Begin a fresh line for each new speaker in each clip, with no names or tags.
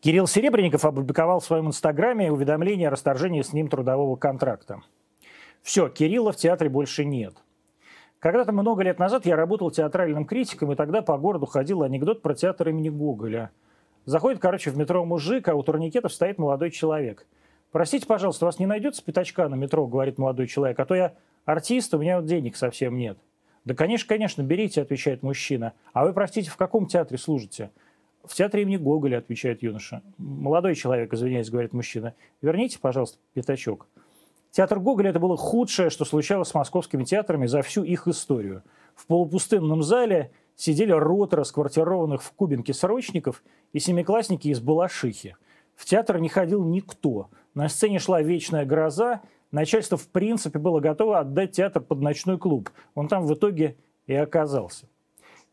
Кирилл Серебренников опубликовал в своем инстаграме уведомление о расторжении с ним трудового контракта. Все, Кирилла в театре больше нет. Когда-то много лет назад я работал театральным критиком, и тогда по городу ходил анекдот про театр имени Гоголя. Заходит, короче, в метро мужик, а у турникетов стоит молодой человек. «Простите, пожалуйста, у вас не найдется пятачка на метро?» – говорит молодой человек. «А то я артист, у меня вот денег совсем нет». «Да, конечно, конечно, берите», – отвечает мужчина. «А вы, простите, в каком театре служите?» «В театре имени Гоголя», – отвечает юноша. «Молодой человек, извиняюсь», – говорит мужчина. «Верните, пожалуйста, пятачок». Театр Гоголя – это было худшее, что случалось с московскими театрами за всю их историю. В полупустынном зале сидели роты расквартированных в Кубинке срочников и семиклассники из Балашихи. В театр не ходил никто. На сцене шла вечная гроза. Начальство, в принципе, было готово отдать театр под ночной клуб. Он там в итоге и оказался.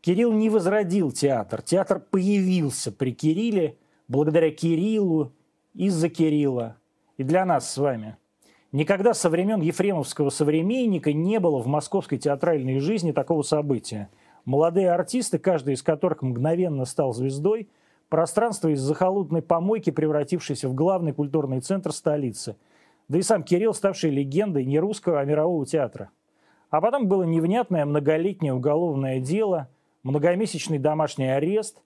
Кирилл не возродил театр. Театр появился при Кирилле, благодаря Кириллу, из-за Кирилла. И для нас с вами – Никогда со времен Ефремовского современника не было в московской театральной жизни такого события. Молодые артисты, каждый из которых мгновенно стал звездой, пространство из захолудной помойки, превратившееся в главный культурный центр столицы. Да и сам Кирилл, ставший легендой не русского, а мирового театра. А потом было невнятное многолетнее уголовное дело, многомесячный домашний арест,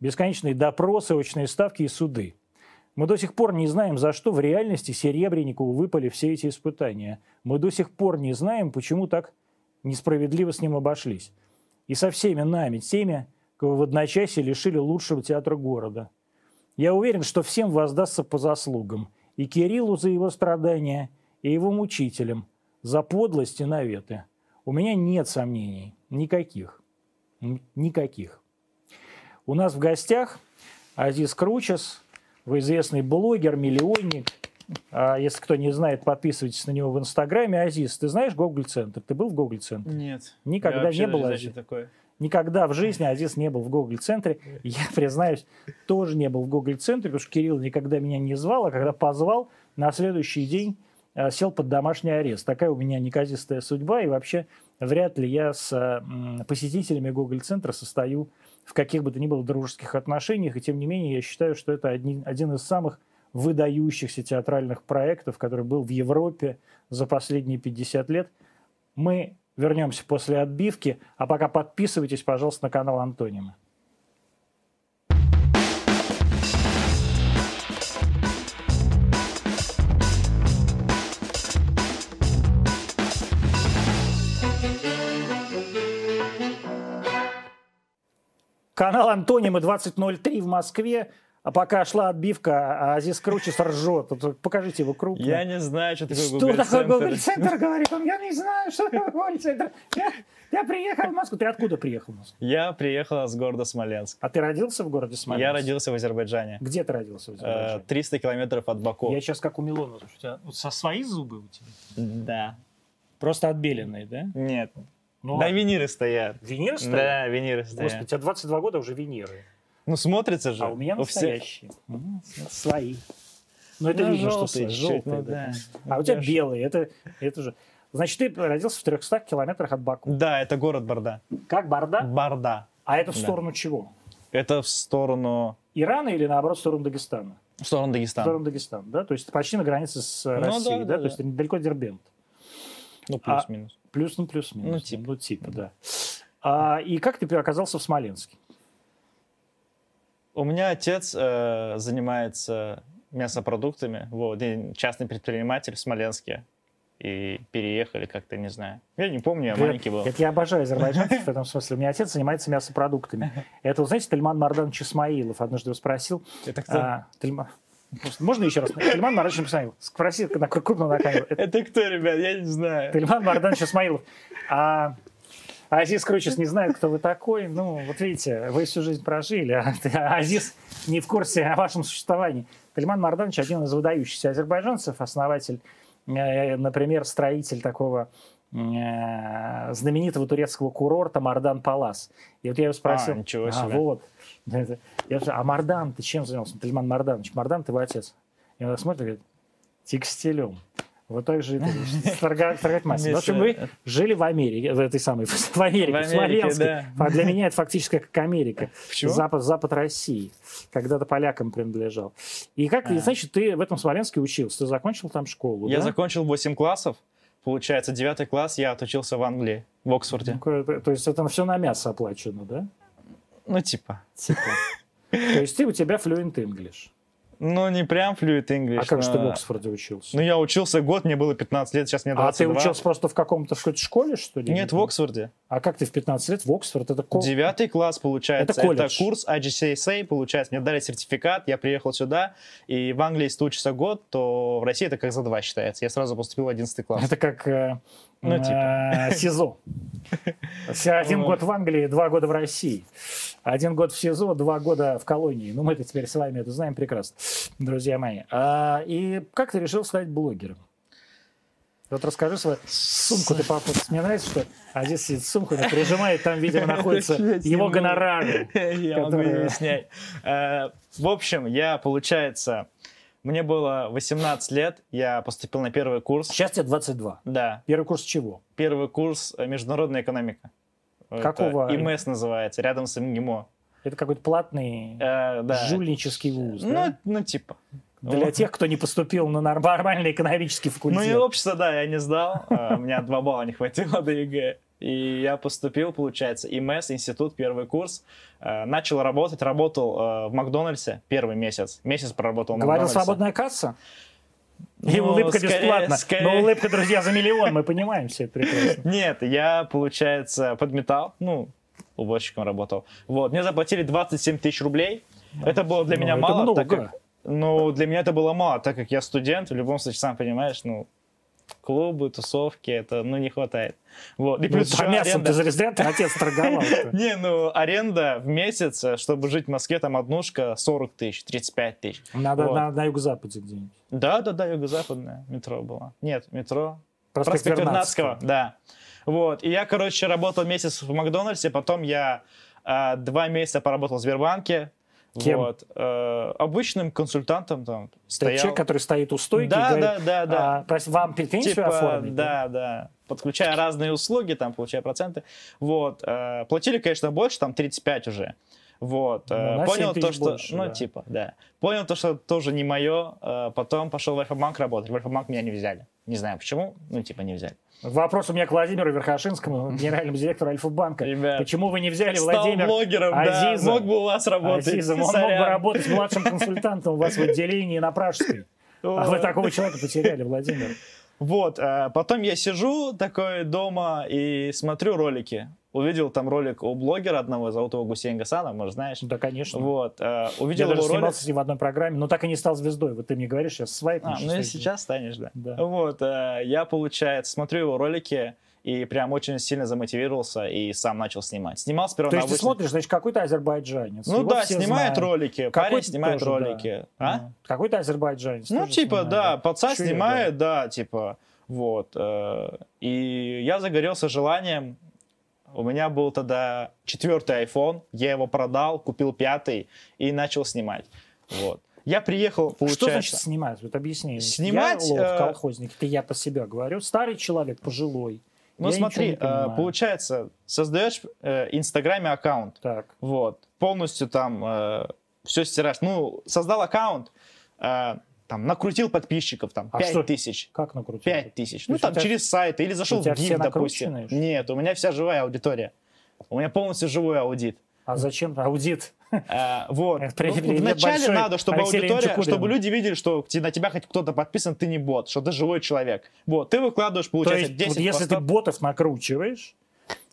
бесконечные допросы, очные ставки и суды – мы до сих пор не знаем, за что в реальности Серебренникову выпали все эти испытания. Мы до сих пор не знаем, почему так несправедливо с ним обошлись. И со всеми нами, теми, кого в одночасье лишили лучшего театра города. Я уверен, что всем воздастся по заслугам. И Кириллу за его страдания, и его мучителям. За подлость и наветы. У меня нет сомнений. Никаких. Никаких. У нас в гостях Азиз Кручес, вы известный блогер, миллионник. А если кто не знает, подписывайтесь на него в Инстаграме. Азиз, ты знаешь Гоголь-центр? Ты был в Гоголь-центре?
Нет.
Никогда не был Азиз.
такое.
Никогда в жизни Азиз не был в Гоголь-центре. Я, признаюсь, тоже не был в Гоголь-центре, потому что Кирилл никогда меня не звал, а когда позвал, на следующий день э, сел под домашний арест. Такая у меня неказистая судьба, и вообще вряд ли я с э, м, посетителями Гоголь-центра состою в каких бы то ни было дружеских отношениях, и тем не менее я считаю, что это одни- один из самых выдающихся театральных проектов, который был в Европе за последние 50 лет. Мы вернемся после отбивки, а пока подписывайтесь, пожалуйста, на канал Антонима. Канал Антонима 20.03 в Москве. А пока шла отбивка, а Азиз Кручес ржет. Вот Покажите его крупно.
Я не знаю, что такое
Что такое
Google
Google
Center.
Центр, говорит он? Я не знаю, что такое Google Центр. Я, я приехал в Москву. Ты откуда приехал в Москву?
Я приехал из города Смоленск.
А ты родился в городе Смоленск?
Я родился в Азербайджане.
Где ты родился? в
Э,
Азербайджане?
300 километров от Баку.
Я сейчас как у Милона. потому что у тебя вот со свои зубы у тебя?
Да.
Просто отбеленные, да?
Нет.
Ну,
да,
а
виниры стоят.
Виниры стоят?
Да, виниры
Господи, у
стоят.
тебя 22 года уже виниры.
Ну, смотрится же.
А у меня
всех.
настоящие. М, Свои. Но это
Ну,
видно, что
желтые
ты
чуть-чуть,
желтый.
ну
да.
да.
А у тебя
Я ж-
белые. Это, это же... Значит, ты родился в 300 километрах от Баку.
Да, это город Барда.
Как Барда?
Барда.
А это в
Да.
сторону чего?
Это в сторону...
Ирана или, наоборот, в сторону Дагестана?
В сторону
В
Дагестана.
сторону Дагестана, да? То есть почти на границе с э,
Ну да,
Россией, да?
да,
То
да.
есть это недалеко Дербент.
Ну,
А-
плюс-минус.
Плюс, ну, плюс, минус.
Ну, типа.
Ну, типа, да. А, и как ты оказался в Смоленске?
У меня отец э, занимается мясопродуктами, вот, и частный предприниматель в Смоленске. И переехали как-то, не знаю. Я не помню, я маленький был.
Это я обожаю азербайджанцев в этом смысле. У меня отец занимается мясопродуктами. Это, вот, знаете, Тельман Марданович Исмаилов однажды его спросил.
Это кто?
а, Тельма- Можно еще раз? Тельман Марданович Исмаилов. Спроси на кр- крупно на камеру. Это
Это кто, ребят? Я не знаю.
Тельман Марданович Исмаилов. А Азиз Кручес не знает, кто вы такой. Ну, вот видите, вы всю жизнь прожили, а Азиз не в курсе о вашем существовании. Тельман Марданович один из выдающихся азербайджанцев, основатель, э, например, строитель такого э, знаменитого турецкого курорта Мардан Палас. И вот я его спросил,
А, ничего
«А,
себе.
вот. Да, да. Я спрашиваю, а Мардан, ты чем занимался? Тельман Марданович, Мардан, ты его отец. И он так смотрит и говорит, текстилем. Вот так же и торговать массой. Ну, В общем, вы
э,
жили в Америке, в этой самой, в Америке, в,
Америке,
Смоленске.
да.
А Для меня это фактически как Америка.
Почему?
Запад, Запад России. Когда-то полякам принадлежал. И как,
А.
значит, ты в этом Смоленске учился? Ты закончил там школу,
Я
да?
закончил 8 классов. Получается, 9 класс я отучился в Англии, в Оксфорде.
Ну, ко- То есть это все на мясо оплачено, да?
Ну, типа.
Типа. То есть ты, у тебя fluent English.
Ну, не прям fluid English.
А как же ты в
но-
Оксфорде учился?
Ну, я учился год, мне было 15 лет, сейчас мне
А
22.
ты учился просто в каком-то что-то школе, что ли?
Нет, в Оксфорде.
А как ты в 15 лет в Оксфорд? Это ко-
Девятый класс, получается.
Это колледж.
курс IGCSA, получается. Мне дали сертификат, я приехал сюда. И в Англии, если ты учишься год, то в России это как за два считается. Я сразу поступил в 11 класс.
Это как э,
Ну,
э, СИЗО. Вся Один
Ну.
год в Англии, два года в России. Один год в СИЗО, два года в колонии. Ну, мы это теперь с вами это знаем прекрасно, друзья мои. А, и как ты решил стать блогером? Вот расскажи свою сумку, ты папа, мне нравится, что а здесь сидит сумку, она прижимает, там, видимо, находятся
Я
его
сниму.
гонорары.
Я могу
Которые-
объяснять. Э, В общем, я, получается, мне было 18 лет, я поступил на первый курс.
Сейчас тебе 22.
Да,
Первый курс чего?
первый курс э, международная экономика. Это
Какого?
ИМС называется, рядом с МГИМО.
Это какой-то платный
Э, да.
жульнический вуз,
Ну,
да?
ну, типа.
Для тех, кто не поступил на нор- нормальный экономический
Ну
факультет.
и общество, да, я не сдал. Э, У меня два балла не хватило до ЕГЭ. И я поступил, получается, ИМС, институт, первый курс. Э, Начал работать, работал э, в Макдональдсе первый месяц. Месяц проработал в
Говорил
Макдональдсе.
свободная касса? И
Ну,
улыбка
скорее-
бесплатна.
скорее-
Но улыбка, друзья, за миллион, мы понимаем все это прекрасно.
Нет, я, получается, подметал, ну, уборщиком работал. Вот, мне заплатили 27 тысяч рублей. Это было для
Ну,
меня
это
мало,
много.
так как... Ну, для меня это было мало, так как я студент, в любом случае, сам понимаешь, ну, клубы, тусовки, это, ну, не хватает. Вот, и
Ну,
плюс
за
еще
мясом ты
аренда.
зря ты отец торговал.
Не, ну, аренда в месяц, э, чтобы жить в Москве, там однушка 40 тысяч, 35 тысяч.
Надо
Вот.
на, на юго-западе где-нибудь.
Да-да-да, юго-западное метро было. Нет, метро,
Проспект
Проспект Вернадского,
Вернадского.
да. Вот. И я, короче, работал месяц в Макдональдсе, потом я а, два месяца поработал в Сбербанке.
Кем?
Вот. Э, обычным консультантом там
Ты
стоял.
человек, который стоит у стойки
Да,
и говорит,
да, да, да.
«А, прости, вам претензию
Типа,
оформить?
да, да. Подключая разные услуги, там, получая проценты. Вот. э, платили, конечно, больше, там 35 уже. Вот. э,
Ну, на 7
понял то,
тысяч
что...
больше,
ну,
да.
типа, да. Понял то, что тоже не мое. э, потом пошел в Альфа-банк работать. В Альфа-банк меня не взяли. Не знаю почему, ну, типа, не взяли.
Вопрос у меня к Владимиру Верхошинскому, генеральному директору Альфа-банка.
Ребят,
Почему вы не взяли
Стал
Владимира
блогером, да.
Азизом.
Мог бы у вас работать.
Азизом? А Он мог бы
Сорян.
работать младшим консультантом у вас в отделении на Пражской. А вы такого человека потеряли, Владимир.
Вот, а потом я сижу такой дома и смотрю ролики. Увидел там ролик у блогера одного, зовут его Гусейн Гасана, может, знаешь.
Да, конечно.
Вот, а,
Я
увидел
даже
его ролик.
снимался с ним в одной программе, но так и не стал звездой. Вот ты мне говоришь, сейчас свайп.
А, ну и сейчас станешь, да.
Да.
Вот, а, я, получается, смотрю его ролики и прям очень сильно замотивировался и сам начал снимать. Снимал сперва
То
на
есть ты
обычном-
смотришь, значит, какой-то азербайджанец.
Ну
Его
да,
все
снимает
знают.
ролики, парень
Какой-то
снимает
тоже, да.
ролики. А?
Ну, Какой-то азербайджанец.
Ну,
тоже
типа,
снимает,
да, пацан
Чё я,
снимает, да, типа, вот. э, И я загорелся желанием. У меня был тогда четвертый iPhone, я его продал, купил пятый и начал снимать. Вот. Я приехал, получается...
Что значит снимать? Вот объясни.
Снимать,
Я лох,
э,
колхозник, это я по себе говорю. Старый человек, пожилой.
Ну,
Я
смотри,
ничего не понимаю.
э, получается, создаешь э, Инстаграме аккаунт,
Так.
Вот. Полностью там все стираешь. Ну, создал аккаунт, э, там, накрутил подписчиков, там,
А
пять
что?
тысяч.
Как накрутить?
5 тысяч.
То
Ну,
есть у
там
тебя-
через сайты. Или зашел
у
в
тебя все
GIF, допустим.
накрученные, что ли?
Нет, у меня вся живая аудитория. У меня полностью живой аудит.
А зачем аудит?
А, вот.
Э,
Ну,
привет, привет,
Вначале
большой
надо, чтобы
Алексей
аудитория,
Леонидович
чтобы
Курин.
люди видели, что к те- на тебя хоть кто-то подписан, ты не бот, что ты живой человек. Вот, ты выкладываешь,
То
получается,
есть,
10
вот если ты
постов.
ботов накручиваешь,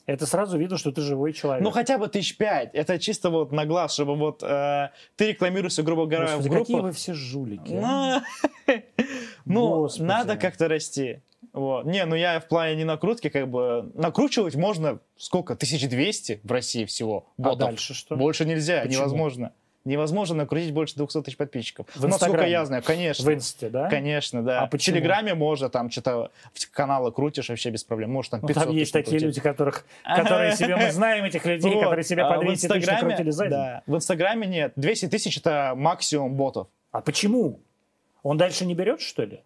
это сразу видно, что ты живой человек.
Ну, хотя бы тысяч пять. Это чисто вот на глаз, чтобы вот э, ты рекламируешься, грубо говоря,
Господи,
в группах.
какие вы все жулики. а?
Ну, Ну,
Господи.
надо как-то расти. Вот. Не, ну я в плане не накрутки, как бы накручивать можно сколько? 1200 в России всего.
А
ботов.
дальше что?
Больше нельзя,
Почему?
невозможно. Невозможно накрутить больше 200 тысяч подписчиков.
В
Ну, Насколько
Инстаграме?
я знаю, конечно.
В инсте, да?
Конечно, да.
А
в
почему?
Телеграме можно, там что-то в каналы крутишь вообще без проблем. Может, там
Ну,
500
там есть
тысяч
такие
накрутить.
люди, которых, которые себе, мы знаем этих людей,
Вот.
которые себе
А
по
в
200 тысяч
Инстаграме-
накрутили за день.
Да, в Инстаграме нет. 200 тысяч это максимум ботов.
А почему? Он дальше не берет, что ли?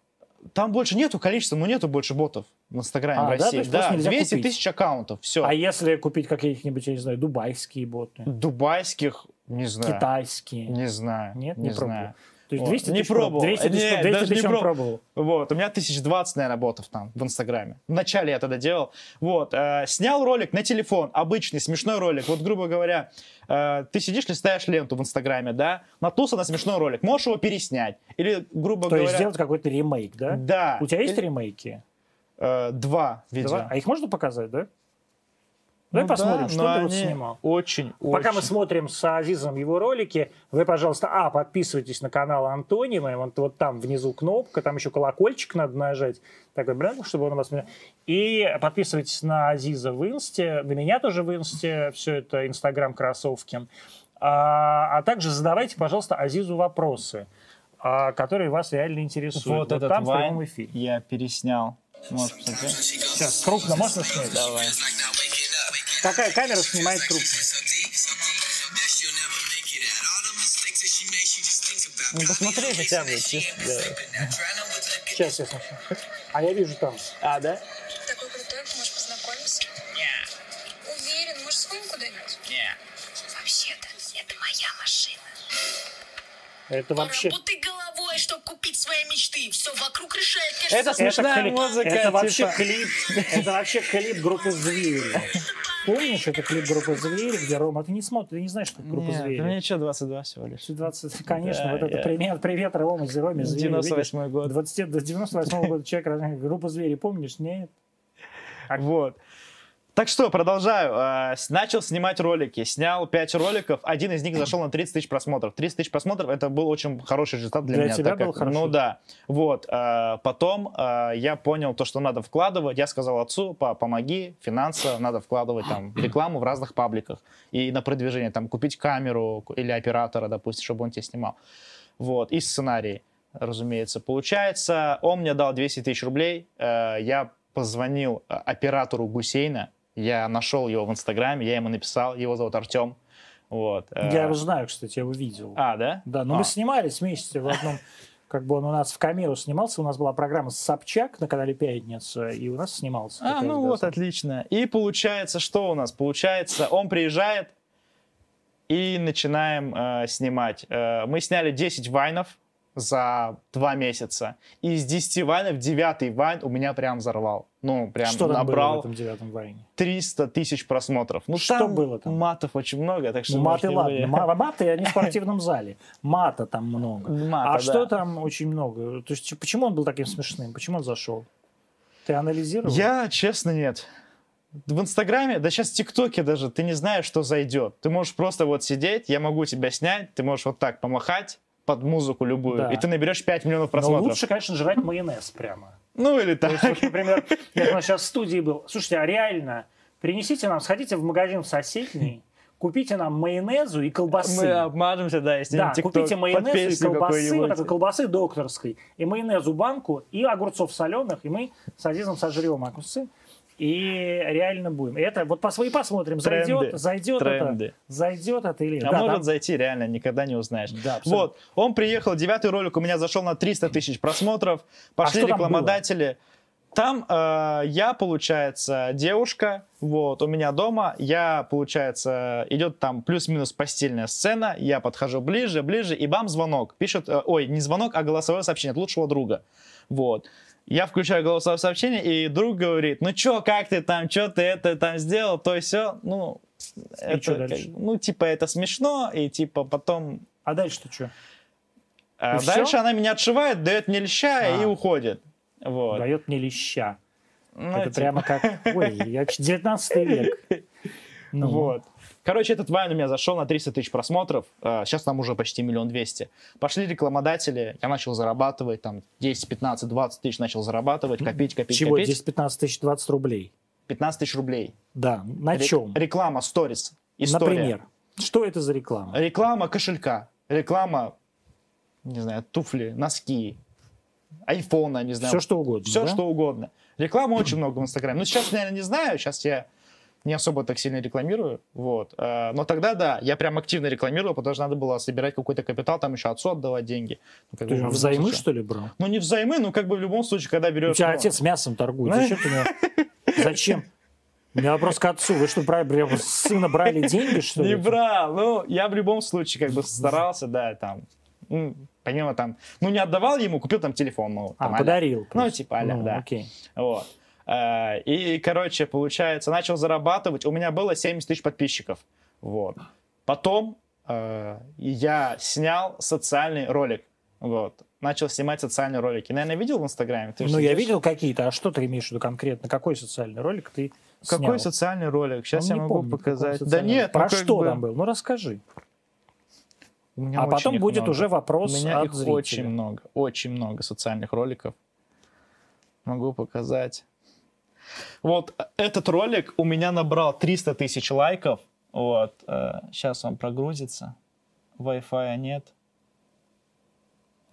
Там больше нету количества, но нету больше ботов в Инстаграме
А,
в
да? То
России.
есть просто нельзя
200
купить.
тысяч аккаунтов, все.
А если купить какие-нибудь, я не знаю, дубайские боты,
Дубайских, не знаю.
китайские?
Не знаю.
Нет,
не,
не пробовал.
знаю.
То есть
Вот.
200
Не
тысяч пробовал.
пробовал.
200 тысяч,
Не,
200
даже
тысяч
не
он
проб-
пробовал.
Вот, у меня 1020, наверное, ботов там в Инстаграме. Вначале я тогда делал. Вот, э, снял ролик на телефон, обычный, смешной ролик. Вот, грубо говоря, э, ты сидишь, листаешь ленту в Инстаграме, да, натулся на смешной ролик, можешь его переснять. Или, грубо
То
говоря...
есть сделать какой-то ремейк, да?
Да.
У тебя есть
Или-
ремейки?
э, Два видео.
Два? А их можно показать, да? Давай
Ну
посмотрим,
да,
что ты
но
вот
они
снимал.
Очень,
Пока
очень.
мы смотрим с Азизом его ролики, вы, пожалуйста, а, подписывайтесь на канал Антонима, вот, вот там внизу кнопка, там еще колокольчик надо нажать, такой бренд, чтобы он вас... не- И подписывайтесь на Азиза в Инсте, на меня тоже в Инсте, все это Инстаграм Кроссовкин. А, а также задавайте, пожалуйста, Азизу вопросы, а, которые вас реально интересуют.
Вот этот
там в
вайн.
прямом эфире.
Я переснял. Можешь посмотреть?
Сейчас, крупно можно снять?
Ну, Давай.
Какая камера снимает крупно?
Ну, посмотри хотя бы. чисто, да.
Сейчас я смотрю. А я вижу там.
А, да?
Такой крутой, может познакомиться? Уверен, может своим куда-нибудь? Вообще-то, это моя машина.
Это вообще...
Работай головой, чтобы купить свои мечты. Все вокруг решает. конечно,
Это смешная
клип.
музыка.
Это вообще
типа.
клип. Это вообще клип группы Звери. Помнишь, это клип группы Звери, где Рома, А ты не смотришь, ты не знаешь, что группа
Нет,
Звери.
мне что, 22 всего лишь.
20, конечно,
Да,
вот это
я-
пример, привет Рома, Роме Звери.
98
видишь?
год.
20, до 98 года человек, разных- группа Звери, помнишь? Нет.
Вот. Так что, продолжаю. А, с- Начал снимать ролики. Снял 5 роликов. Один из них зашел на 30 тысяч просмотров. 30 тысяч просмотров это был очень хороший результат для,
Для
меня.
тебя
так как-
был хороший?
Ну да. Вот. А, Потом а, я понял то, что надо вкладывать. Я сказал отцу, па, помоги, финансово надо вкладывать там в рекламу в разных пабликах. И на продвижение там купить камеру ку- или оператора, допустим, чтобы он тебя снимал. Вот. И сценарий, разумеется. Получается, он мне дал 200 тысяч рублей. Э, Я позвонил э, оператору Гусейна. Я нашел его в Инстаграме, я ему написал. Его зовут Артем. Вот. Э,
Я его знаю, кстати, я его видел.
А, да?
Да, но
А.
мы снимались вместе в одном, как бы он у нас в камеру снимался, у нас была программа «Собчак» на канале «Пятница», и у нас снимался.
А,
как раз,
ну
да,
вот, отлично. И получается, что у нас? Получается, он приезжает и начинаем э, снимать. Э, мы сняли 10 вайнов за 2 месяца. И из 10 вайнов 9 вайн у меня прям взорвал. Ну, прям
Что там было в
набрал
этом девятом войне?
300 тысяч просмотров. Ну,
Что было там?
матов очень много, так что...
Ну, маты
можете
ладно.
вы-
Ма- Маты, они в спортивном зале. Мата там много.
Мата,
а
да.
что там очень много? То есть, почему он был таким смешным? Почему он зашел? Ты анализировал?
Я, честно, нет. В Инстаграме, да сейчас в ТикТоке даже, ты не знаешь, что зайдет. Ты можешь просто вот сидеть, я могу тебя снять, ты можешь вот так помахать под музыку любую,
Да.
и ты наберешь 5 миллионов
Но
просмотров.
лучше, конечно, жрать майонез прямо.
Ну или
То есть,
так.
вот, например, я у нас сейчас в студии был. Слушайте, а реально, принесите нам, сходите в магазин в соседний, купите нам майонезу и колбасы.
Мы обмажемся, да, если
Да, купите майонез и колбасы, вот такой колбасы докторской, и майонезу банку, и огурцов соленых, и мы с Азизом сожрем огурцы, и реально будем. И Это вот пос- и посмотрим, зайдет,
Тренды.
зайдет это,
Тренды.
зайдет это или нет.
А
Да,
может
там-
зайти, реально, никогда не узнаешь.
Да, абсолютно.
вот, он приехал, девятый ролик у меня зашел на 300 тысяч просмотров, пошли
А что там
рекламодатели. Там э, я, получается, девушка, вот, у меня дома, я, получается, идет там плюс-минус постельная сцена, я подхожу ближе, ближе, и бам, звонок. Пишет, э, ой, не звонок, а голосовое сообщение от лучшего друга, вот. Я включаю голосовое сообщение, и друг говорит, ну чё, как ты там, чё ты это там сделал, то все, ну...
чё
как-
дальше?
ну, типа, это смешно, и типа потом...
А дальше-то что?
А
всё?
дальше она меня отшивает, дает мне леща
А.
и уходит. Вот.
Дает мне леща.
Ну,
это
типа,
прямо как... Ой, я вообще 19 век. Ну,
Вот. Короче, этот вайн у меня зашел на 300 тысяч просмотров. А, Сейчас там уже почти миллион двести. Пошли рекламодатели, я начал зарабатывать, там 10, 15, 20 тысяч начал зарабатывать, копить, копить,
Ну, Чего?
копить.
Здесь 15 тысяч 20 рублей.
15 тысяч рублей.
Да, на
Рек-
чем?
Реклама, сторис, история.
Например, что это за реклама?
Реклама кошелька, реклама, не знаю, туфли, носки, айфона, не знаю.
Все что угодно,
Все
да?
что угодно. Рекламы очень много в Инстаграме. Ну, сейчас, наверное, не знаю. Сейчас я не особо так сильно рекламирую, вот. Э, Но тогда, да, я прям активно рекламировал, потому что надо было собирать какой-то капитал, там еще отцу отдавать деньги. Ну, как
Ты
бы, в
же
любом
взаймы,
случае.
что ли, брал?
Ну, не взаймы, ну, как бы в любом случае, когда
У
берешь...
тебя
ну,
отец мясом торгует. Зачем ты меня- Зачем? У меня вопрос к отцу. Вы что, брали, прям с сына брали деньги, что
Не
ли?
брал, ну, я в любом случае как бы старался, да, там, ну, помимо там, ну, не отдавал ему, купил там телефон новый. там,
А,
а-ля.
подарил.
Ну,
просто.
типа, а-ля,
Ну,
да.
Окей.
Вот. Э, И, короче, получается, начал зарабатывать. У меня было 70 тысяч подписчиков. Вот. Потом э, я снял социальный ролик. Вот. Начал снимать социальные ролики. Наверное, видел в Инстаграме? Ты же
Ну, я
сидишь.
видел какие-то. А что ты имеешь в виду конкретно? Какой социальный ролик ты
Какой
снял?
социальный ролик? Сейчас
Ну,
я
не
могу
помню, какой
показать. Да
социальный ролик.
нет.
Про
ну, как
что
бы,
там был? Ну, расскажи.
у меня
А
очень
потом
их
будет
много.
уже
У
вопрос
меня
от
их
зрителя.
очень много. Очень много социальных роликов. Могу показать. Вот э, этот ролик у меня набрал 300 тысяч лайков. Вот. Сейчас он прогрузится. Wi-Fi нет.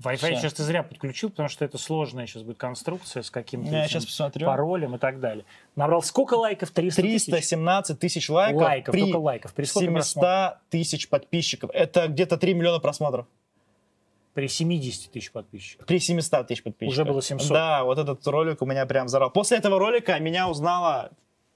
Wi-Fi
Всё.
сейчас ты зря подключил, потому что это сложная сейчас будет конструкция с каким-то
Я
этим
сейчас посмотрю.
паролем и так далее. Набрал сколько лайков? 300 тысяч?
317 тысяч лайков,
лайков,
при
только лайков. При, сколько
700
просмотров?
тысяч подписчиков. Это где-то 3 миллиона просмотров.
При 70 тысяч подписчиков.
При 700 тысяч подписчиков.
Уже было 700.
Да, вот этот ролик у меня прям взорвал. После этого ролика меня узнала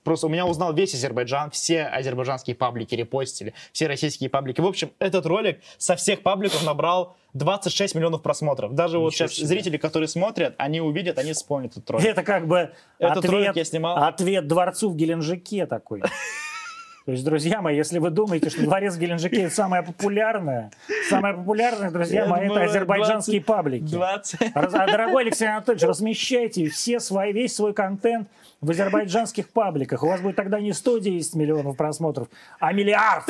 Просто у меня узнал весь Азербайджан, все азербайджанские паблики репостили, все российские паблики. В общем, этот ролик со всех пабликов набрал 26 миллионов просмотров. Даже вот
Ничего
сейчас
себе.
зрители, которые смотрят, они увидят, они вспомнят этот ролик.
Это как бы
Этот ролик я
ответ,
снимал.
ответ дворцу в Геленджике такой. То есть, друзья мои, если вы думаете, что дворец в Геленджике это самое популярное, самое популярное, друзья
Я
мои, это
думаю,
азербайджанские паблики.
20.
Раз- а, Дорогой Алексей Анатольевич, размещайте все свои, весь свой контент в азербайджанских пабликах. У вас будет тогда не 110 миллионов просмотров, а миллиард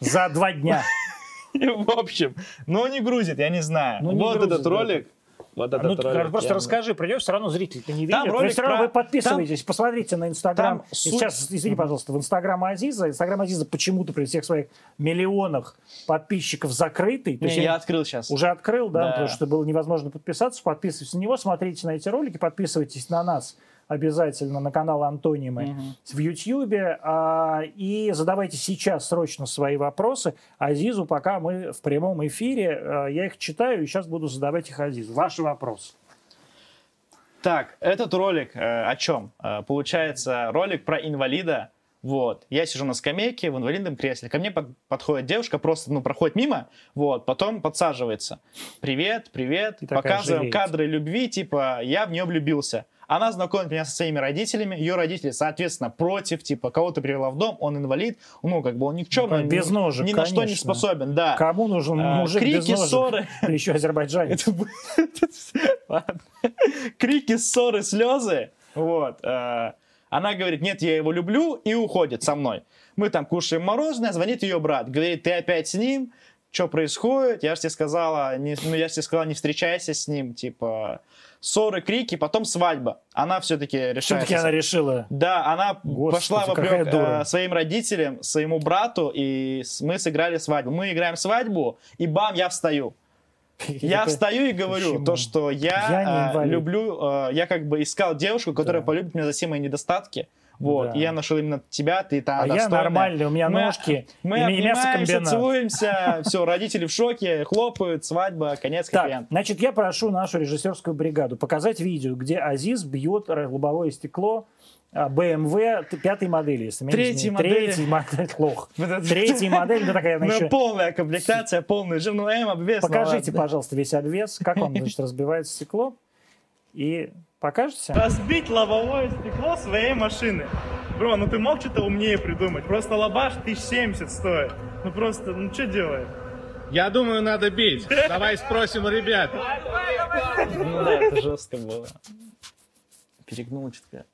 за два дня.
В общем, ну не грузит, я не знаю.
Ну, не
Вот
грузит,
этот
да.
ролик. Вот этот
Ну,
ролик.
просто
я-
расскажи, придешь, все равно зритель-то не
Там
видит. Но
ролик
все равно
про-
вы подписываетесь, посмотрите на Инстаграм.
там
И
суть-
Сейчас, извини, пожалуйста, в Инстаграм Азиза. Инстаграм Азиза почему-то при всех своих миллионах подписчиков закрытый. То
Не,
есть
я открыл сейчас.
Уже открыл, да,
Да.
потому что было невозможно подписаться. Подписывайтесь на него, смотрите на эти ролики, подписывайтесь на нас обязательно, на канал Антонимы в Ютьюбе. а, И задавайте сейчас срочно свои вопросы Азизу, пока мы в прямом эфире. А, Я их читаю и сейчас буду задавать их Азизу. Ваши вопросы.
Так, этот ролик э, о чем? Э, получается, ролик про инвалида. Вот, я сижу на скамейке в инвалидном кресле. Ко мне под- подходит девушка, просто, ну, проходит мимо, вот, потом подсаживается. Привет, привет.
И такая
Показываем
жалеет.
кадры любви, типа, я в нее влюбился. Она знакомит меня со своими родителями, ее родители, соответственно, против, типа, кого ты привела в дом, он инвалид, ну, как бы он никчемный, он
без
ни-
ножек,
ни на что не
конечно.
способен, да.
Кому нужен
А,
мужик без
крики,
ножек?
ссоры.
Еще азербайджанец.
Это будет- Ладно. Крики, ссоры, слезы. Вот. э, Она говорит, нет, я его люблю, и уходит со мной. Мы там кушаем мороженое, звонит ее брат, говорит, ты опять с ним? Что происходит? Я же тебе сказала, не, ну я же тебе сказала, не встречайся с ним, типа ссоры, крики, потом свадьба. Она все-таки решает.
Все-таки она решила.
Да, она
Господи,
пошла в
какая
обрек
дура.
э, своим родителям, своему брату, и с- мы сыграли свадьбу. Мы играем свадьбу, и бам, я встаю. Я
Это-
встаю и говорю
Почему?
то, что я,
Я не
э,
инвалид.
люблю, э, я как бы искал девушку, которая
Да.
полюбит меня за все мои недостатки. Вот,
Да.
и я нашел именно тебя, ты там
А я нормальный, у меня ножки,
Мы
и
обнимаемся,
мясокомбинат.
целуемся, все, родители в шоке, хлопают, свадьба, конец, хэппи-энд.
Так, значит, я прошу нашу режиссерскую бригаду показать видео, где Азиз бьет р- лобовое стекло а, BMW т- пятой модели, если меня не
Третьей
изменяет.
модели.
Третьей модель, лох.
Вот это-
Третьей модель, да такая она
Ну,
еще.
полная комплектация, полный жир, ну, М обвес. ну,
Покажите,
ладно.
пожалуйста, весь обвес, как он, значит, разбивает стекло. И покажете?
Разбить лобовое стекло своей машины. Бро, ну ты мог что-то умнее придумать? Просто лобаш 1070 стоит. Ну просто, ну что делаем?
Я думаю, надо бить. Давай спросим у ребят.
Ну да, это жестко было. Перегнул чутка.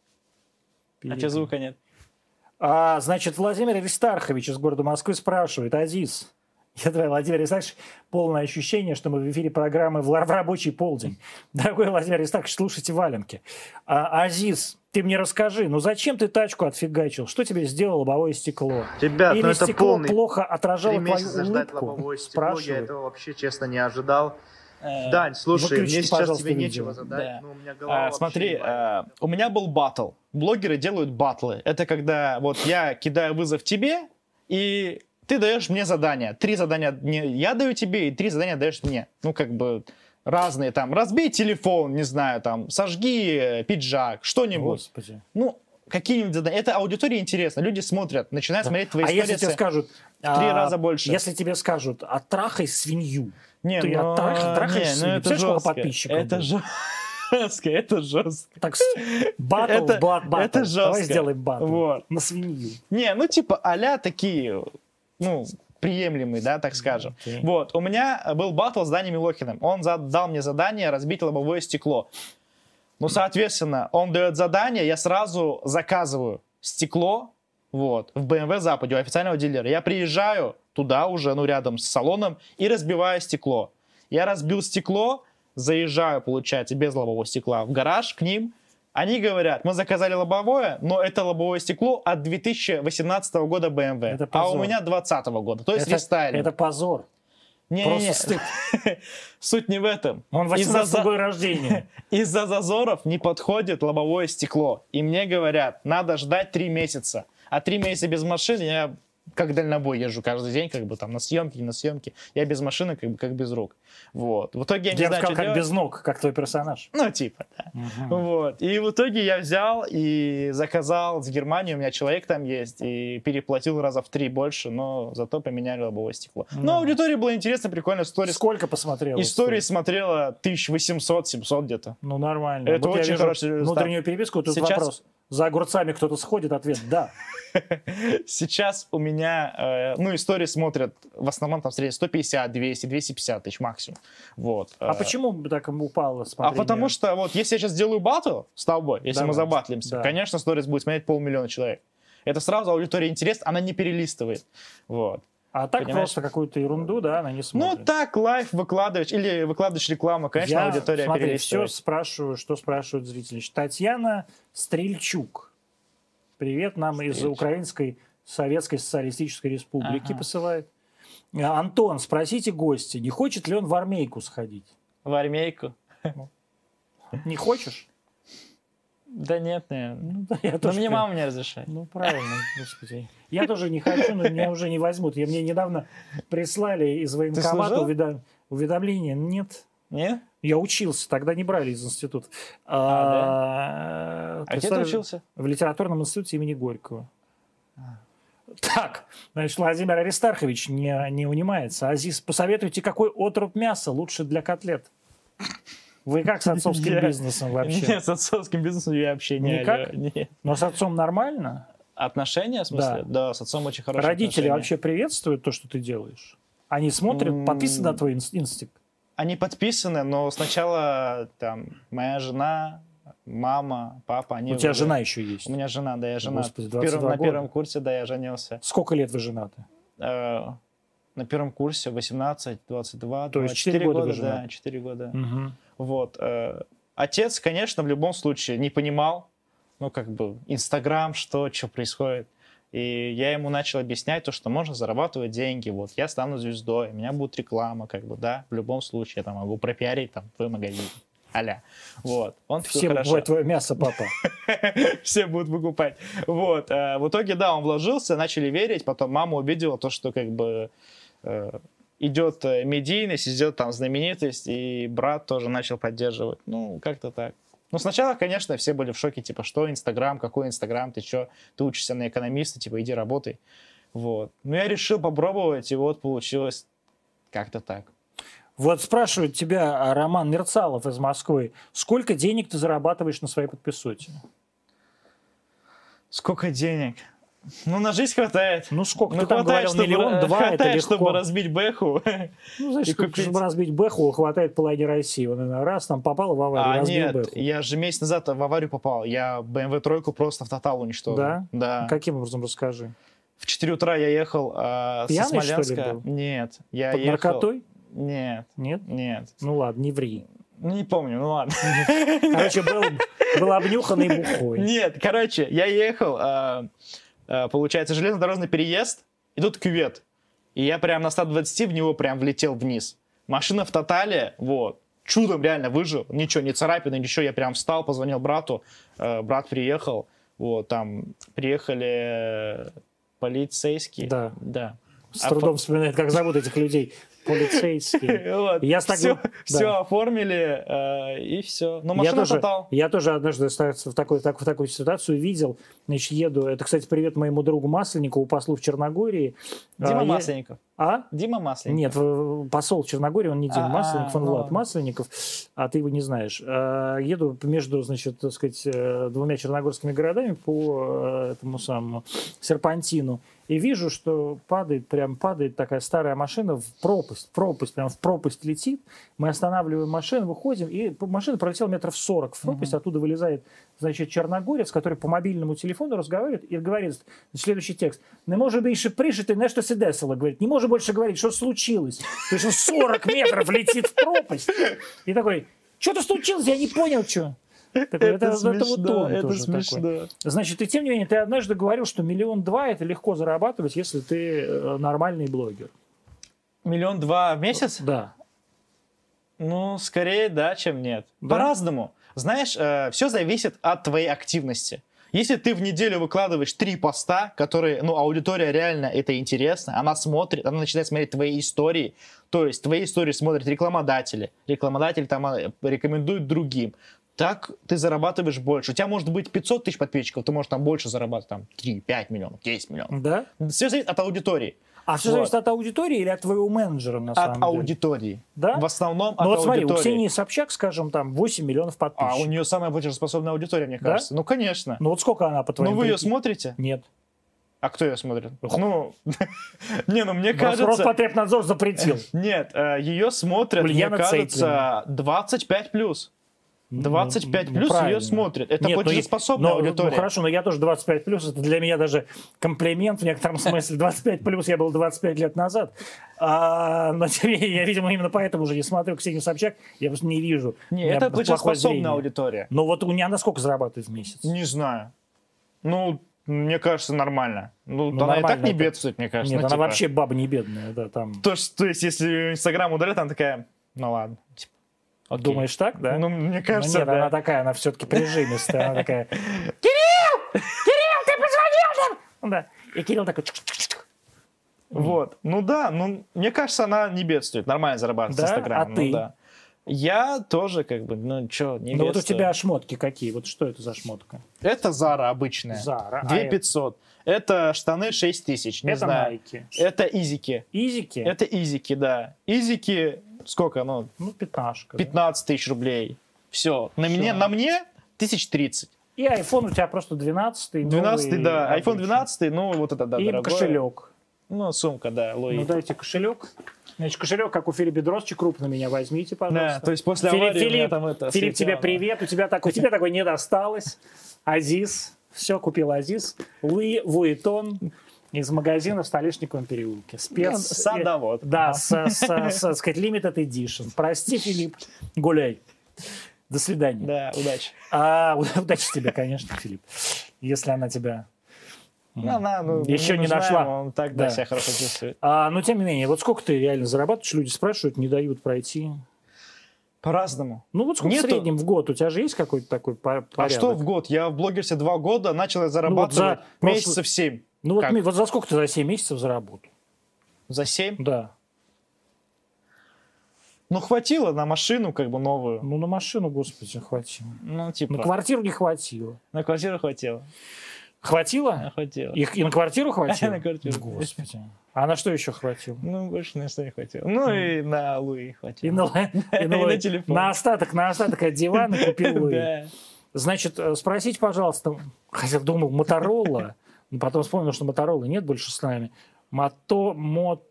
А тебя звука нет?
А, значит, Владимир Аристархович из города Москвы спрашивает, Азиз, я твой Владимир Аристархович, полное ощущение, что мы в эфире программы «В ла- в рабочий полдень». Дорогой Владимир Аристархович, слушайте валенки. А, Азиз, ты мне расскажи, ну зачем ты тачку отфигачил? Что тебе сделало лобовое стекло?
Ребят,
Или
ну это
стекло
полный.
плохо отражало
Три
твою
месяца ждать
улыбку?
лобовое стекло, я
Спрашивает.
этого вообще честно не ожидал.
э,
Дань, слушай,
выключите,
мне сейчас
пожалуйста,
тебе
видео.
нечего
Да.
задать. но у меня голова
А,
вообще
смотри,
не варит.
а, у меня был батл. Блогеры делают батлы. Это когда вот я кидаю вызов тебе, и ты даешь мне задания. Три задания мне- я даю тебе, и три задания даешь мне. Ну, как бы разные там. Разбей телефон, не знаю, там, сожги э, пиджак, что-нибудь.
Господи.
Ну, какие-нибудь задания. Это аудитории интересно. Люди смотрят, начинают смотреть твои
А если тебе
сторисы.
скажут... а,
в три раза больше.
Если тебе скажут, оттрахай свинью.
Не,
Ты
ну,
оттрахай- трахаешь
не, ну
свинью.
это
Представляешь, сколько
жестко.
подписчиков
Это
будет?
жестко, это жестко.
Так, с- батл,
Это-
бат- батл.
это
Давай
жестко.
сделаем батл.
Вот.
На свинью.
Не, ну типа а такие, ну, приемлемые, да, так скажем.
Окей.
Вот, у меня был батл с Даней Милохиным. Он задал мне задание разбить лобовое стекло. Ну, соответственно, он дает задание, я сразу заказываю стекло, вот, в BMW Западе, у официального дилера. Я приезжаю туда уже, ну, рядом с салоном, и разбиваю стекло. Я разбил стекло, заезжаю, получается, без лобового стекла в гараж к ним. Они говорят, мы заказали лобовое, но это лобовое стекло от 2018 года BMW,
Это
а
позор.
у меня 2020 года, то есть
это,
рестайлинг.
это позор.
Не, не,
Просто
не.
стыд.
Суть не в этом.
Он
Из-за
18
за-
год рождения.
из-за зазоров не подходит лобовое стекло. И мне говорят, надо ждать три месяца. А три месяца без машины я как дальнобой езжу каждый день, как бы там на съемки, не на съемки. Я без машины, как бы как без рук. Вот. В итоге я не
Я бы
знаю,
сказал,
что
как
делать.
без ног, как твой персонаж.
Ну, типа, да. Вот. И в итоге я взял и заказал в Германии, у меня человек там есть, и переплатил раза в три больше, но зато поменяли лобовое стекло. Но аудитории было интересно, прикольно, сторис
Сколько посмотрел?
Истории смотрела 1800-700 где-то.
Ну, нормально.
Это
Вот я
очень
вижу
хороший результат.
внутреннюю переписку, тут
Сейчас-
вопрос. За огурцами кто-то сходит, ответ «да».
Сейчас у меня, э, ну, истории смотрят в основном там в среднем 150, 200, 250 тысяч максимум. Вот.
А
Э,
почему бы так упало
А
смотрение?
потому что вот если я сейчас сделаю батл с тобой, если мы
Давай.
забатлимся,
Да.
конечно, сторис будет смотреть полмиллиона человек. Это сразу аудитория интерес, она не перелистывает. Вот.
А так
понимаешь?
просто какую-то ерунду, да, она не
Ну,
смотрит.
так, лайф выкладываешь или выкладываешь рекламу, конечно,
Я,
аудитория
смотри, все
перелистывает.
спрашиваю, что спрашивают зрители. Значит, Татьяна Стрельчук. Привет нам из
Стрельчук.
Украинской Советской Социалистической Республики
Ага.
посылает. А, Антон, спросите гостя, не хочет ли он в армейку сходить?
В армейку?
Не хочешь?
Да нет, наверное.
Ну, да, я
Но
тоже
мне
прям-
мама не разрешает.
Ну, правильно, господи. Я тоже не хочу, но меня уже не возьмут. Я мне недавно прислали из военкомата
служил?
уведо- уведомление. Нет,
Нет?
я учился, тогда не брали из института. А,
А где ты
представляешь,
учился?
В литературном институте имени Горького.
А.
Так, значит, Владимир Аристархович не, не унимается. Азиз, посоветуйте, какой отруб мяса лучше для котлет? Вы как с отцовским
Я-
бизнесом вообще?
Нет, с отцовским бизнесом я вообще не
Никак?
алло, нет.
Но с отцом нормально?
Отношения, в смысле? Да. с отцом очень хорошие
Родители
отношения.
вообще приветствуют то, что ты делаешь? Они смотрят,
М.
подписаны на твой инст- инстинкт?
Они подписаны, но сначала там моя жена, мама, папа, они...
У тебя
уже-
жена еще есть.
У меня жена, да, я жена.
Господи,
в первом-
22
на
года.
первом курсе, да, я женился.
Сколько лет вы женаты?
Э, на первом курсе 18, 22,
То есть
24
четыре года вы
да,
женаты.
4 года. Вот. э, Отец, конечно, в любом случае не понимал, ну, как бы, Инстаграм, что, что происходит. И я ему начал объяснять то, что можно зарабатывать деньги. Вот, я стану звездой, у меня будет реклама, как бы, да, в любом случае, я там могу пропиарить там твой магазин. Аля. Вот. Он такой,
Все
«Хорошо».
бывает твое мясо, папа.
все будут выкупать. Вот. э, В итоге, да, он вложился, начали верить, потом мама увидела то, что как бы э, идет э, медийность, идет там знаменитость, и брат тоже начал поддерживать. Ну, как-то так. Ну, сначала, конечно, все были в шоке, типа, что Инстаграм, какой Инстаграм, ты что, ты учишься на экономиста, типа, иди работай. Вот. Ну, я решил попробовать, и вот получилось как-то так.
Вот спрашивает тебя а, Роман Мерцалов из Москвы. Сколько денег ты зарабатываешь на своей подписоте?
Сколько денег? Ну, на жизнь хватает.
Ну сколько?
Ну,
Ты там говорил
хватает, чтобы,
миллион, два, это
хватает, чтобы
легко.
разбить бэху.
Ну, знаешь,
и
сколько,
купить.
чтобы разбить Бэху, хватает половине России. Он наверное, раз там попал в аварию,
А,
разбил
нет,
Бэху.
я же месяц назад в аварию попал. Я BMW тройку просто в тотал уничтожил.
Да?
Да.
Каким образом, расскажи?
В 4 утра я ехал а,
Пьяный,
со
что ли,
Смоленска.
был?
Нет. Я
Под
ехал...
наркотой?
Нет,
Нет?
нет.
Ну ладно, не ври.
Ну, не помню, ну ладно.
Короче, был, был обнюханный бухой.
Нет, короче, я ехал, а, а, получается, железнодорожный переезд, и тут кювет. И я прям на 120 в него прям влетел вниз. Машина в тотале, вот. Чудом реально выжил. Ничего, не царапины, ничего. Я прям встал, позвонил брату. Э, брат приехал. Вот, там приехали полицейские.
Да.
Да.
С
А
трудом
по-
вспоминает, как зовут этих людей. Полицейские.
Вот.
Я с так-
все,
да.
оформили, э, и все. Но
Я
машина
тоже,
тотал.
я тоже однажды ста- в такой, так- в такую ситуацию видел. Значит, еду. Это, кстати, привет моему другу Масленникову, послу в Черногории.
Дима
А, я-
Масленников.
А?
Дима
Нет,
Масленников.
в- посол Черногории, он не Дима
А,
Масленников, он
ну
Влад
ладно.
Масленников, а ты его не знаешь. А, Еду между, значит, так сказать, э, двумя черногорскими городами по э, этому самому серпантину. И вижу, что падает, прям падает такая старая машина в пропасть, в пропасть, прям в пропасть летит. Мы останавливаем машину, выходим, и п- машина пролетела метров 40 в пропасть, оттуда вылезает, значит, черногорец, который по мобильному телефону разговаривает и говорит следующий текст. Не может больше пришить, на что сидесало, говорит, не может больше говорить, что случилось. То есть он 40 метров летит в пропасть. И такой, что-то случилось, я не понял, что. это, это вот он
это
тоже такой.
смешно.
Значит, и тем не менее, ты однажды говорил, что миллион два это легко зарабатывать, если ты э, нормальный блогер.
Миллион два в месяц?
Да.
Ну, скорее да, чем нет.
Да?
По-разному. Знаешь, все зависит от твоей активности. Если ты в неделю выкладываешь три поста, которые, ну, аудитория реально это интересно, она смотрит, она начинает смотреть твои истории, то есть твои истории смотрят рекламодатели, рекламодатель там э, рекомендует другим, так ты зарабатываешь больше. У тебя может быть 500 тысяч подписчиков, ты можешь там больше зарабатывать, там 3, 5 миллионов, 10 миллионов.
Да?
Все зависит от аудитории.
А все
Вот.
зависит от аудитории или от твоего менеджера, на самом
От
деле?
аудитории.
Да?
В основном
Ну
от
вот смотри, у
аудитории.
Ксении Собчак, скажем, там 8 миллионов
А у
подписчиков.
нее самая платежеспособная аудитория, мне
Да?
кажется. Ну, конечно.
Ну вот сколько она по
Ну,
твоему
вы ее смотрите?
Нет.
А кто ее смотрит? Ну, не, ну, мне
Рос-
кажется...
Роспотребнадзор запретил.
Нет, ее смотрят, мне
Ульяна
кажется, 25 плюс. 25
Ну,
плюс ее
правильно.
смотрят. Это
Нет, ну,
платежеспособная
ну, Ну,
аудитория.
хорошо, но я тоже 25 плюс. Это для меня даже комплимент в некотором смысле. 25 плюс я был 25 лет назад. А, но тем не менее, я, видимо, именно поэтому уже не смотрю Ксению Собчак. Я просто не вижу. У
Не,
меня
это
плохое зрение.
платежеспособная аудитория.
Но вот у нее она сколько зарабатывает в месяц?
Не знаю. Ну, мне кажется, нормально. Ну,
Ну,
она и так
нормально
не
это.
бедствует, мне кажется.
Нет,
Ну,
она
типа,
вообще баба не бедная, да, там.
То, что, то есть, если её Инстаграм удалят, она такая, ну ладно. типа, окей.
а Думаешь так, да?
Ну, мне
Ну,
кажется,
нет,
да.
она такая, она все-таки прижимистая. Она такая, Кирилл! Кирилл, ты позвонил нам! Да. И Кирилл такой, «Чук-чук-чук-чук».
Вот. Ну да, ну, мне кажется, она не бедствует. Нормально зарабатывает
Да?
с Инстаграма.
А
ну
ты?
да. Я тоже как бы, ну чё, не
ну вот у
бедствую.
тебя шмотки какие? Вот что это за шмотка?
Это Зара обычная.
Зара.
2500. Это штаны 6000, не
это
знаю.
Найки.
Это изики.
Изики?
Это изики, да. Изики сколько? Ну,
Ну, пятнашка. да.
15 тысяч рублей. Все. На мне, на мне 1030.
И iPhone у тебя просто 12
12, да. iPhone 12, ну вот это, да,
Ну И
дорогое.
кошелек.
Ну, сумка, да, Луи.
Ну, дайте кошелек. Значит, кошелек, как у Филиппа Дрозчи, крупно меня возьмите,
да,
пожалуйста.
то есть после
Филипп,
аварии у меня
Филипп,
там это...
Филипп, тебе
слетело.
привет. У тебя такой, тебе такой не досталось. Азис. Все купил Азис. Луи Вуитон из магазина в Столешниковом переулке.
Ну,
Спец...
Садовод.
Да, со, со, со, так сказать, Limited Edition. Прости, Филипп. Гуляй. До свидания.
Да, удачи.
А, у- удачи тебе, конечно, Филипп. Если она тебя...
Ну, она, ну,
Еще
мы
не
знаем,
нашла.
Он так да,
Да.
себя хорошо чувствует.
А, но тем не менее, вот сколько ты реально зарабатываешь? Люди спрашивают, не дают пройти.
По-разному.
Ну вот сколько
Нету.
в среднем в год? У тебя же есть какой-то такой по- порядок? Ну,
А что в год? Я в блогерсе два года начал я зарабатывать
за прошлый-
месяцев семь.
Ну вот,
Как?
ми- вот за сколько ты за 7 месяцев заработал?
За семь?
Да.
Ну, хватило на машину как бы новую.
Ну на машину, господи, хватило.
Ну, типа,
На
на,
квартиру не хватило.
квартиру
Хватило?
хватило. А, Хватило.
И, и на квартиру хватило?
На квартиру.
Господи. А на что еще хватило?
Ну, больше на что не хватило. Ну, и на Луи хватило.
И на, и на-
И на телефон.
на остаток, на остаток от дивана купил Луи.
Да.
Значит, э, спросите, пожалуйста, хотя думал, Моторола, но потом вспомнил, что Моторолы нет больше с нами. Мото, мот...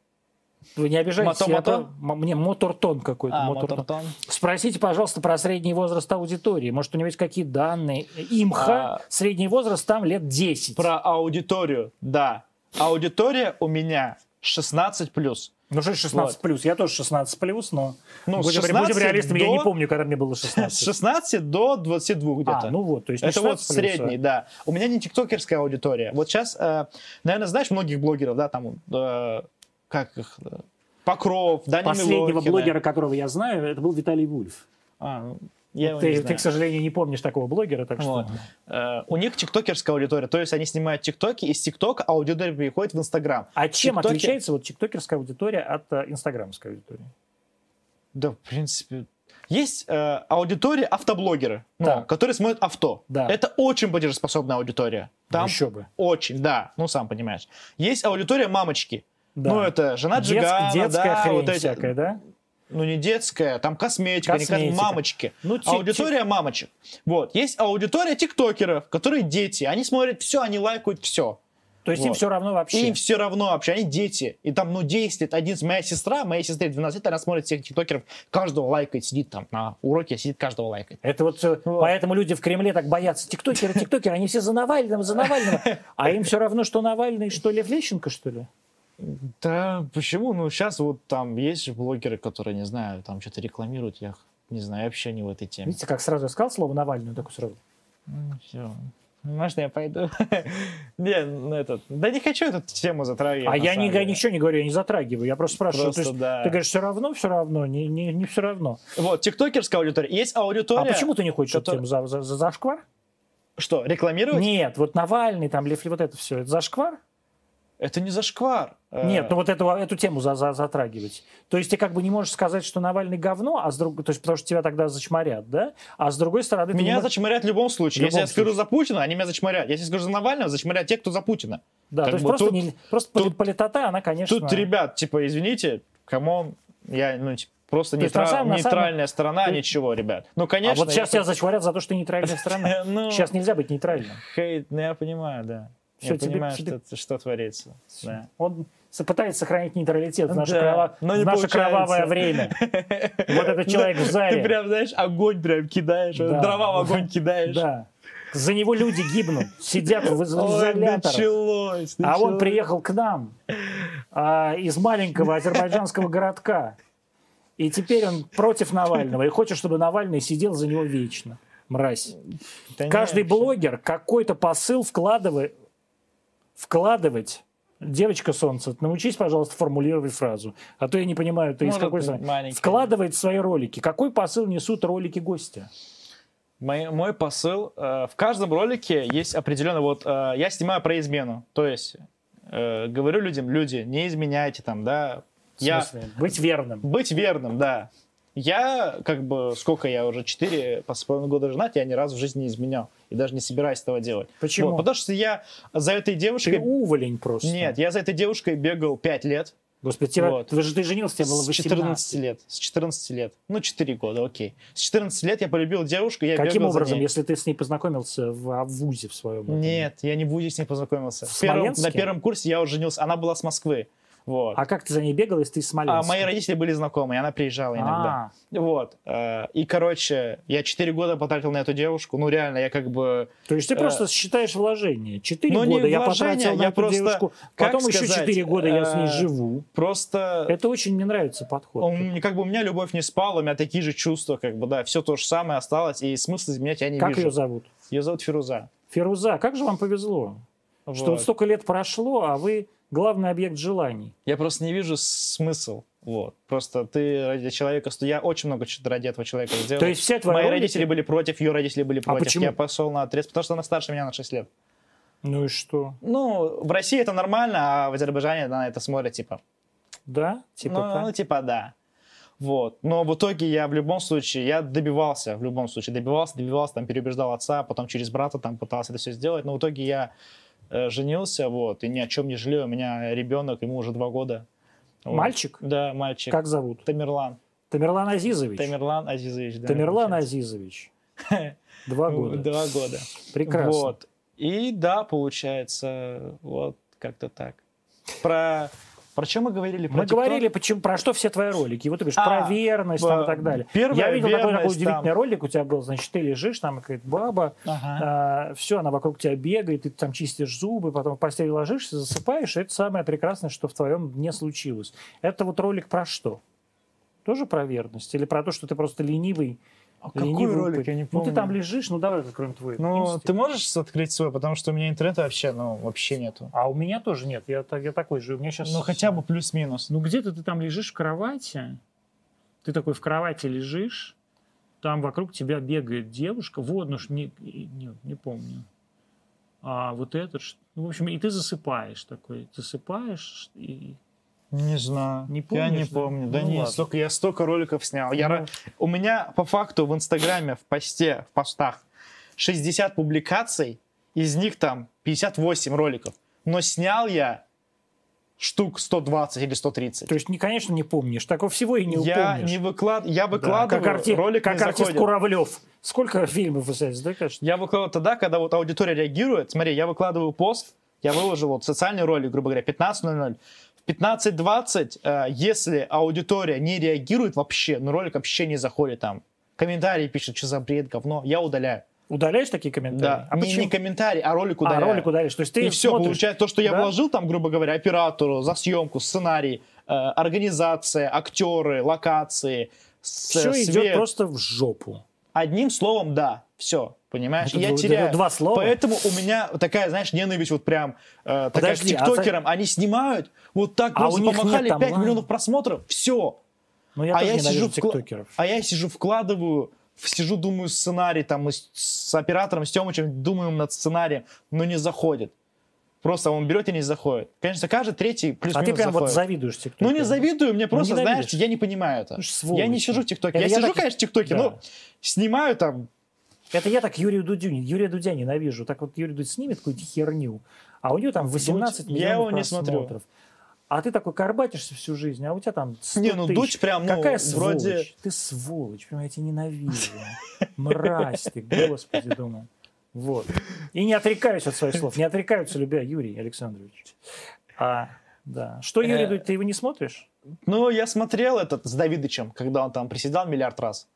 Вы не обижайтесь,
Мото-
я
мото?
про- м- мне Мотортон какой-то.
А,
Мотортон.
Мотортон.
Спросите, пожалуйста, про средний возраст аудитории. Может, у него есть какие данные? Имха,
А.
средний возраст там лет 10.
Про аудиторию, да. Аудитория у меня 16+. плюс.
Ну что ж 16
Вот.
плюс? Я тоже 16 плюс, но
Ну, с
будем,
16
будем реалистами, я
до-
не помню, когда мне было
С
16.
16 до 22 где-то.
А, ну вот, то есть не
Это вот
16 плюс, а.
средний, да. У меня не тиктокерская аудитория. Вот сейчас, наверное, знаешь многих блогеров, да, там, э, как их, э, Покров, Дани
Последнего
Милохина.
блогера, которого я знаю, это был Виталий Вульф.
А, ну, я его не
Ты,
знаю.
ты, к сожалению, не помнишь такого блогера, так что...
Вот. Э, у них тиктокерская аудитория, то есть они снимают тиктоки, из тиктока аудитория переходит в инстаграм.
А чем
Тиктоки-
отличается вот тиктокерская аудитория от э, инстаграмской аудитории?
Да, в принципе. Есть э, аудитория автоблогеры, ну,
Так.
которые смотрят авто.
Да.
Это очень платежеспособная аудитория. Там
Еще бы.
очень, да, ну сам понимаешь. Есть аудитория мамочки.
Да.
Ну это жена
Детск-
Джигана,
детская
да,
хрень
вот эти-
всякая, да?
ну не детская, там косметика, не кос-
Косметика.
мамочки.
Ну, ти-
аудитория мамочек. Вот. Есть аудитория тиктокеров, которые дети. Они смотрят все, они лайкают все.
То есть им
Вот.
все равно вообще.
Им все равно вообще, они дети. И там, ну, 10 лет, 11, моя сестра, моей сестре 12 лет, она смотрит всех тиктокеров, каждого лайкает, сидит там на уроке, сидит каждого лайкает.
Это вот, э, поэтому люди в Кремле так боятся. Тиктокеры, тиктокеры, они все за Навального, за Навального. А им все равно, что Навальный, что Лев Лещенко, что ли?
Да, почему? Ну, сейчас вот там есть же блогеры, которые, не знаю, там что-то рекламируют, я их не знаю, я вообще не в этой теме.
Видите, как сразу я сказал слово Навальный, так сразу.
Ну, все. Можно я пойду? Не, ну этот... Да не хочу эту тему затравить.
А
на
я
самом
ни-
деле.
ничего не говорю, я не затрагиваю. Я просто спрашиваю.
Просто
то есть
да.
Ты говоришь, все равно, все равно, не, не, все равно.
Вот, тиктокерская аудитория. Есть аудитория...
А почему ты не хочешь эту тему
Который-
за, за, за зашквар?
Что, рекламировать?
Нет, вот Навальный, там Лев, вот это все, это зашквар?
Это не зашквар. Э,
Нет, ну вот эту, эту тему за, за- затрагивать. То есть ты как бы не можешь сказать, что Навальный говно, а с друг... то есть потому что тебя тогда зачморят, да? А с другой стороны... ты не
Меня
можешь-
зачморят в любом случае.
В
Если я
любом
скажу за Путина, они меня зачморят. Если я скажу за Навального, зачморят те, кто за Путина.
Да,
Как
то есть
бы
просто,
тут-
не- просто
тут-
политота, она, конечно...
Тут, ребят, типа, извините, камон, я, ну, типа, просто
То есть
нейтра-
на самом- на самом-
нейтральная сторона,
Ты-
ничего, ребят. Ну,
а
конечно.
вот сейчас
я...
тебя зачморят за то, что ты нейтральная страна.
Ну,
Сейчас нельзя быть нейтральным.
хейт, ну, я понимаю, да.
Всё,
я
тебе-
понимаю,
тебе-
Что, что творится. Да.
Он со- пытается сохранить нейтралитет в наше,
Да,
крова-
но
в
не
наше
получается.
кровавое время. Вот этот человек в
Ты
зале.
прям, знаешь, огонь прям кидаешь,
Да.
дрова в огонь кидаешь.
Да. За него люди гибнут, сидят в из- в
Ой,
изоляторах.
началось,
А он
началось.
приехал к нам а, из маленького азербайджанского городка. И теперь он против Навального и хочет, чтобы Навальный сидел за него вечно. Мразь.
Да не,
Каждый
вообще.
блогер какой-то посыл вкладывает. Вкладывать. Девочка солнца, научись, пожалуйста, формулировать фразу. А то я не понимаю, ты из
Может,
какой
ты
страны.
маленький.
Вкладывает в свои ролики. Какой посыл несут ролики гостя?
Мой, мой посыл. э, в каждом ролике есть определенно... Вот э, я снимаю про измену. То есть э, говорю людям, люди, не изменяйте там, да.
В
Я,
смысле, Быть верным.
быть верным, да. Я, как бы, сколько я уже, 4 по половиной года женат, я ни разу в жизни не изменял. И даже не собираюсь этого делать.
Почему?
Вот, потому что я за этой
Ты
девушкой...
уволень просто.
Нет, я за этой девушкой бегал 5 лет.
Господи, тебя-
Вот.
ты же ты женился, тебе было
С
18.
14 лет. С 14 лет. Ну, 4 года, окей. С 14 лет я полюбил девушку, я
Каким
бегал за
образом,
ней.
если ты с ней познакомился в вузе в своем? этом?
Нет, я не в ВУЗе с ней познакомился.
В
В первом-
Смоленске?
на первом курсе я уже женился. Она была с Москвы. Вот.
А как ты за ней бегал, если ты из Смоленска?
А мои родители были знакомы, и она приезжала иногда.
А,
Вот. э, И, короче, я 4 года потратил на эту девушку. Ну, реально, я как бы...
То есть ты
Э,
просто считаешь вложение. Четыре
ну, не
года я
вложение,
потратил на
я
эту
просто-
девушку,
как
потом еще
сказать,
четыре года я с ней
э,
живу.
Просто...
Это очень мне нравится подход.
Он, как бы у меня любовь не спала, у меня такие же чувства, как бы, да, все то же самое осталось, и смысла изменять я не
Как
вижу.
ее зовут?
Ее зовут Фируза.
Феруза, как же вам повезло, что вот
Вот.
столько лет прошло, а вы главный объект желаний.
Я просто не вижу смысл. Вот. Просто ты ради человека... сто- Я очень много чего ради этого человека сделал.
То есть все твои
Э, Мои
ролики-
родители были против, ее родители были против.
А почему?
Я пошел на отрез, потому что она старше меня на 6 лет.
Ну и что?
Ну, в России это нормально, а в Азербайджане на это смотрят, типа.
Да? Типа
ну,
так?
ну, типа, да. Вот. Но в итоге я в любом случае, я добивался, в любом случае, добивался, добивался, там, переубеждал отца, потом через брата там пытался это все сделать, но в итоге я э, женился, вот, и ни о чем не жалею, у меня ребенок, ему уже два года. Вот.
Мальчик?
Да, мальчик.
Как зовут?
Тамерлан.
Тамерлан Азизович.
Тамерлан Азизович. да,
Тамерлан
получается.
Азизович. Два
Ну,
года.
Два года.
Прекрасно.
Вот. И да, получается, вот как-то так. Про, про чем мы говорили? Про
Мы
TikTok?
говорили, почему, про что все твои ролики. И вот ты говоришь,
А,
про верность там, и
э,
так далее.
первая
Я видел такой, такой
верность,
удивительный
там.
ролик у тебя был. Значит, ты лежишь, там и говорит, баба,
Ага.
все, она вокруг тебя бегает, ты там чистишь зубы, потом в постель ложишься, засыпаешь. И это самое прекрасное, что в твоем дне случилось. Это вот ролик про что? Тоже про верность? Или про то, что ты просто ленивый
А
Ленивый
какой ролик?
упырь.
Я не
Ну
помню.
ты там лежишь, ну давай откроем твой.
Ну,
инстинкт.
ты можешь открыть свой, потому что у меня интернета вообще, ну, вообще нету.
А у меня тоже нет, я, та- я такой же. У меня сейчас...
Ну, хотя бы плюс-минус.
Ну где-то ты там лежишь в кровати, ты такой в кровати лежишь, там вокруг тебя бегает девушка, вот, ну ж не, и- не, не помню. А вот этот, ш- ну, в общем, и ты засыпаешь такой, засыпаешь, и,
Не знаю.
Не
Я не
помнишь, да?
помню. Да
Ну,
не,
ладно.
столько, я столько роликов снял. Я,
Ну.
ра- у меня по факту в Инстаграме, в посте, в постах 60 публикаций, из них там 58 роликов. Но снял я штук 120 или 130.
То есть, не, конечно, не помнишь, такого всего и не
я
упомнишь.
не выклад... я
Да,
выкладываю,
как арти-
ролик
как
не
артист
заходит.
Куравлев. Сколько фильмов вы знаете, да, конечно?
Я выкладываю тогда, когда вот аудитория реагирует. Смотри, я выкладываю пост, я выложил вот социальный ролик, грубо говоря, 15.00. В 15.20, э, если аудитория не реагирует вообще, ну ролик вообще не заходит там. Комментарии пишут, что за бред, говно, я удаляю.
Удаляешь такие комментарии?
Да.
А
не,
почему?
не комментарий, а ролик
а,
удаляю.
ролик удаляешь. То есть ты
И все,
смотришь-
получается, то, что я
да?
вложил там, грубо говоря, оператору за съемку, сценарий, э, организация, актеры, локации, с-
Все идет
свет.
просто в жопу.
Одним словом, да, все, понимаешь?
Это
я
было- это
теряю.
два слова.
Поэтому у меня такая, знаешь, ненависть вот прям э, такая к
Подожди, а за-
тиктокерам. Они снимают, вот так
А
просто
у них нет
помахали
там
5
лайков.
миллионов просмотров, все.
Но Ну, я
а,
тоже
я
ненавижу
сижу вкла-
тиктокеров.
а я сижу, вкладываю, в- сижу, думаю сценарий там и с, с оператором, с Тёмычем, думаем над сценарием, но не заходит. Просто он берет и не заходит. Конечно, каждый третий плюс
А ты прям вот завидуешь
ну,
тиктокерам.
не завидую, мне просто, знаешь,
ненавидишь.
я не понимаю это.
Ну, сволочи.
Я не сижу в ТикТоке.
Это
Я,
я
сижу,
так-
конечно, в ТикТоке,
Да.
но снимаю там
Это я так Юрию Дудю, не- Юрия Дудя ненавижу. Так вот Юрий Дудь снимет какую-то херню, а у него там 18
Дудь, я
миллионов
его не смотрю.
просмотров. А ты такой карбатишься всю жизнь, а у тебя там 100
Не, ну,
тысяч.
Дудь прям, ну,
Какая
вроде-
сволочь? Ты сволочь, прям я тебя ненавижу. Мразь ты, господи, думаю. Вот. И не отрекаюсь от своих слов, не отрекаются, любя Юрий Александрович. А, да. Что, Юрий
Э,
Дудь, ты его не смотришь?
Ну, я смотрел этот с Давидычем, когда он там приседал миллиард раз.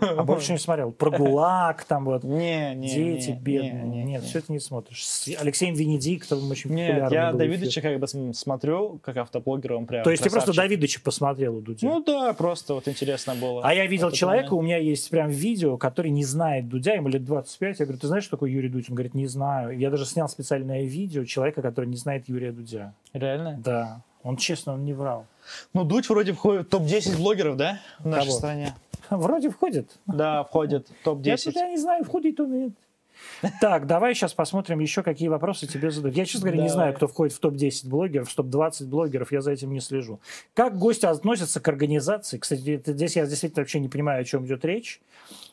А больше не смотрел. Про ГУЛАГ там вот.
Не, не,
Дети
не,
бедные.
не, не,
Нет,
не.
все это не смотришь. С Алексеем Венедиктовым очень
Нет,
популярный
я
был
Давидыча
эфир.
как бы см- смотрю, как автоблогера, он прям
То есть ты просто
красавчик.
Давидыча посмотрел у Дудя?
Ну да, просто вот интересно было.
а я видел
Вот это
человека,
момент.
у меня есть прям видео, который не знает Дудя, ему лет 25. Я говорю, ты знаешь, что такое Юрий Дудь? Он говорит, не знаю. Я даже снял специальное видео человека, который не знает Юрия Дудя.
Реально?
Да. Он честно, он не врал.
Ну, Дудь вроде входит в топ-10 блогеров, да? В нашей
Кого?
стране.
Вроде входит.
Да, входит в
Я
топ-10.
тебя не знаю, входит он или нет. Так, давай сейчас посмотрим еще, какие вопросы тебе задают. Я, честно говоря, не
Давай.
знаю, кто входит в топ-10 блогеров, в топ-20 блогеров, я за этим не слежу. Как гости относятся к организации? Кстати, это- здесь я действительно вообще не понимаю, о чем идет речь.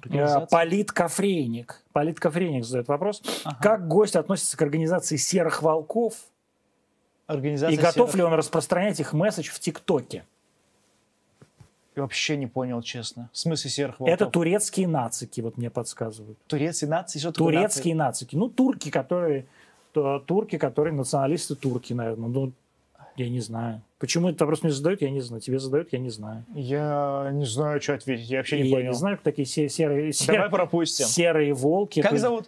Организация?
Э, Политкофрейник. Политкофрейник задает вопрос. Как гость относится к организации «Серых волков» и
Организация
готов
серых-
ли он распространять их месседж в ТикТоке?
Вообще не понял, честно. В смысле серых волков?
Это турецкие нацики, вот мне подсказывают.
Турецкие нации? Что такое
Турецкие нацики. Ну, турки, которые... то- Турки, которые националисты турки, наверное. Ну, я не знаю. Почему этот вопрос мне задают, я не знаю. Тебе задают, я не знаю.
нации? Я не знаю, что ответить. Я вообще
И
не
я не
понял.
знаю, кто такие се- серые,
Давай
сер-
пропустим.
серые волки.
Как
Это
зовут?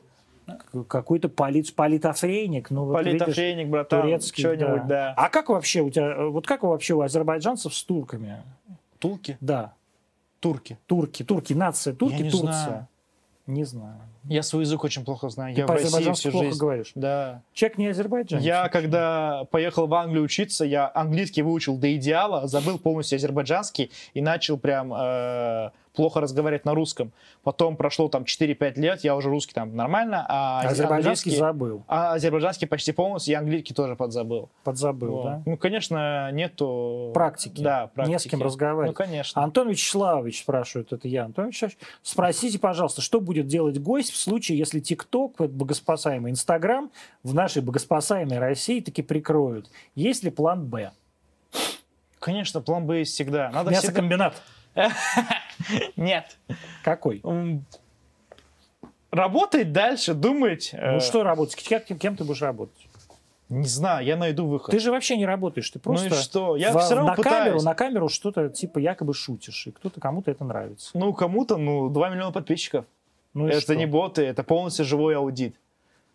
к- Какой-то полит, политофрейник. Ну, вот видишь,
Политофрейник, братан,
турецкий,
что-нибудь,
да.
да.
А как вообще у тебя... Вот как вообще у азербайджанцев с турками?
А Турки?
Да,
Турки.
турки, турки, нация, турки,
не
Турция.
знаю.
Не знаю.
Я свой язык очень плохо знаю. Я в России
По-азербайджански
всю
плохо
жизнь.
говоришь.
Да.
Человек не азербайджанец.
Я когда поехал в Англию учиться, я английский выучил до идеала, забыл полностью азербайджанский и начал прям э, плохо разговаривать на русском. Потом прошло там 4-5 лет, я уже русский там нормально, а
Азербайджанский забыл,
а азербайджанский почти полностью, и английский тоже подзабыл.
подзабыл,
Вот.
да?
Ну, конечно, нету...
Практики.
Да, практики.
Не с кем
Ну,
разговаривать. А
конечно.
Антон Вячеславович спрашивает, это я, Антон Вячеславович. Спросите, пожалуйста, что будет делать гость в случае, если ТикТок, этот богоспасаемый Инстаграм, в нашей богоспасаемой России таки прикроют? Есть ли план Б?
Конечно, план Б есть всегда. Надо всегда...
Мясокомбинат.
Нет.
Какой?
М, Работать дальше, думать. э,
Ну что работать? Кем, кем ты будешь работать?
Не знаю, я найду выход.
Ты же вообще не работаешь, ты просто
Ну и что? Я
во-
все равно
на
пытаюсь.
камеру, на камеру что-то типа якобы шутишь, и кто-то кому-то это нравится.
Ну, кому-то, ну, 2 миллиона подписчиков.
Ну и
это
что?
не боты, это полностью живой аудит.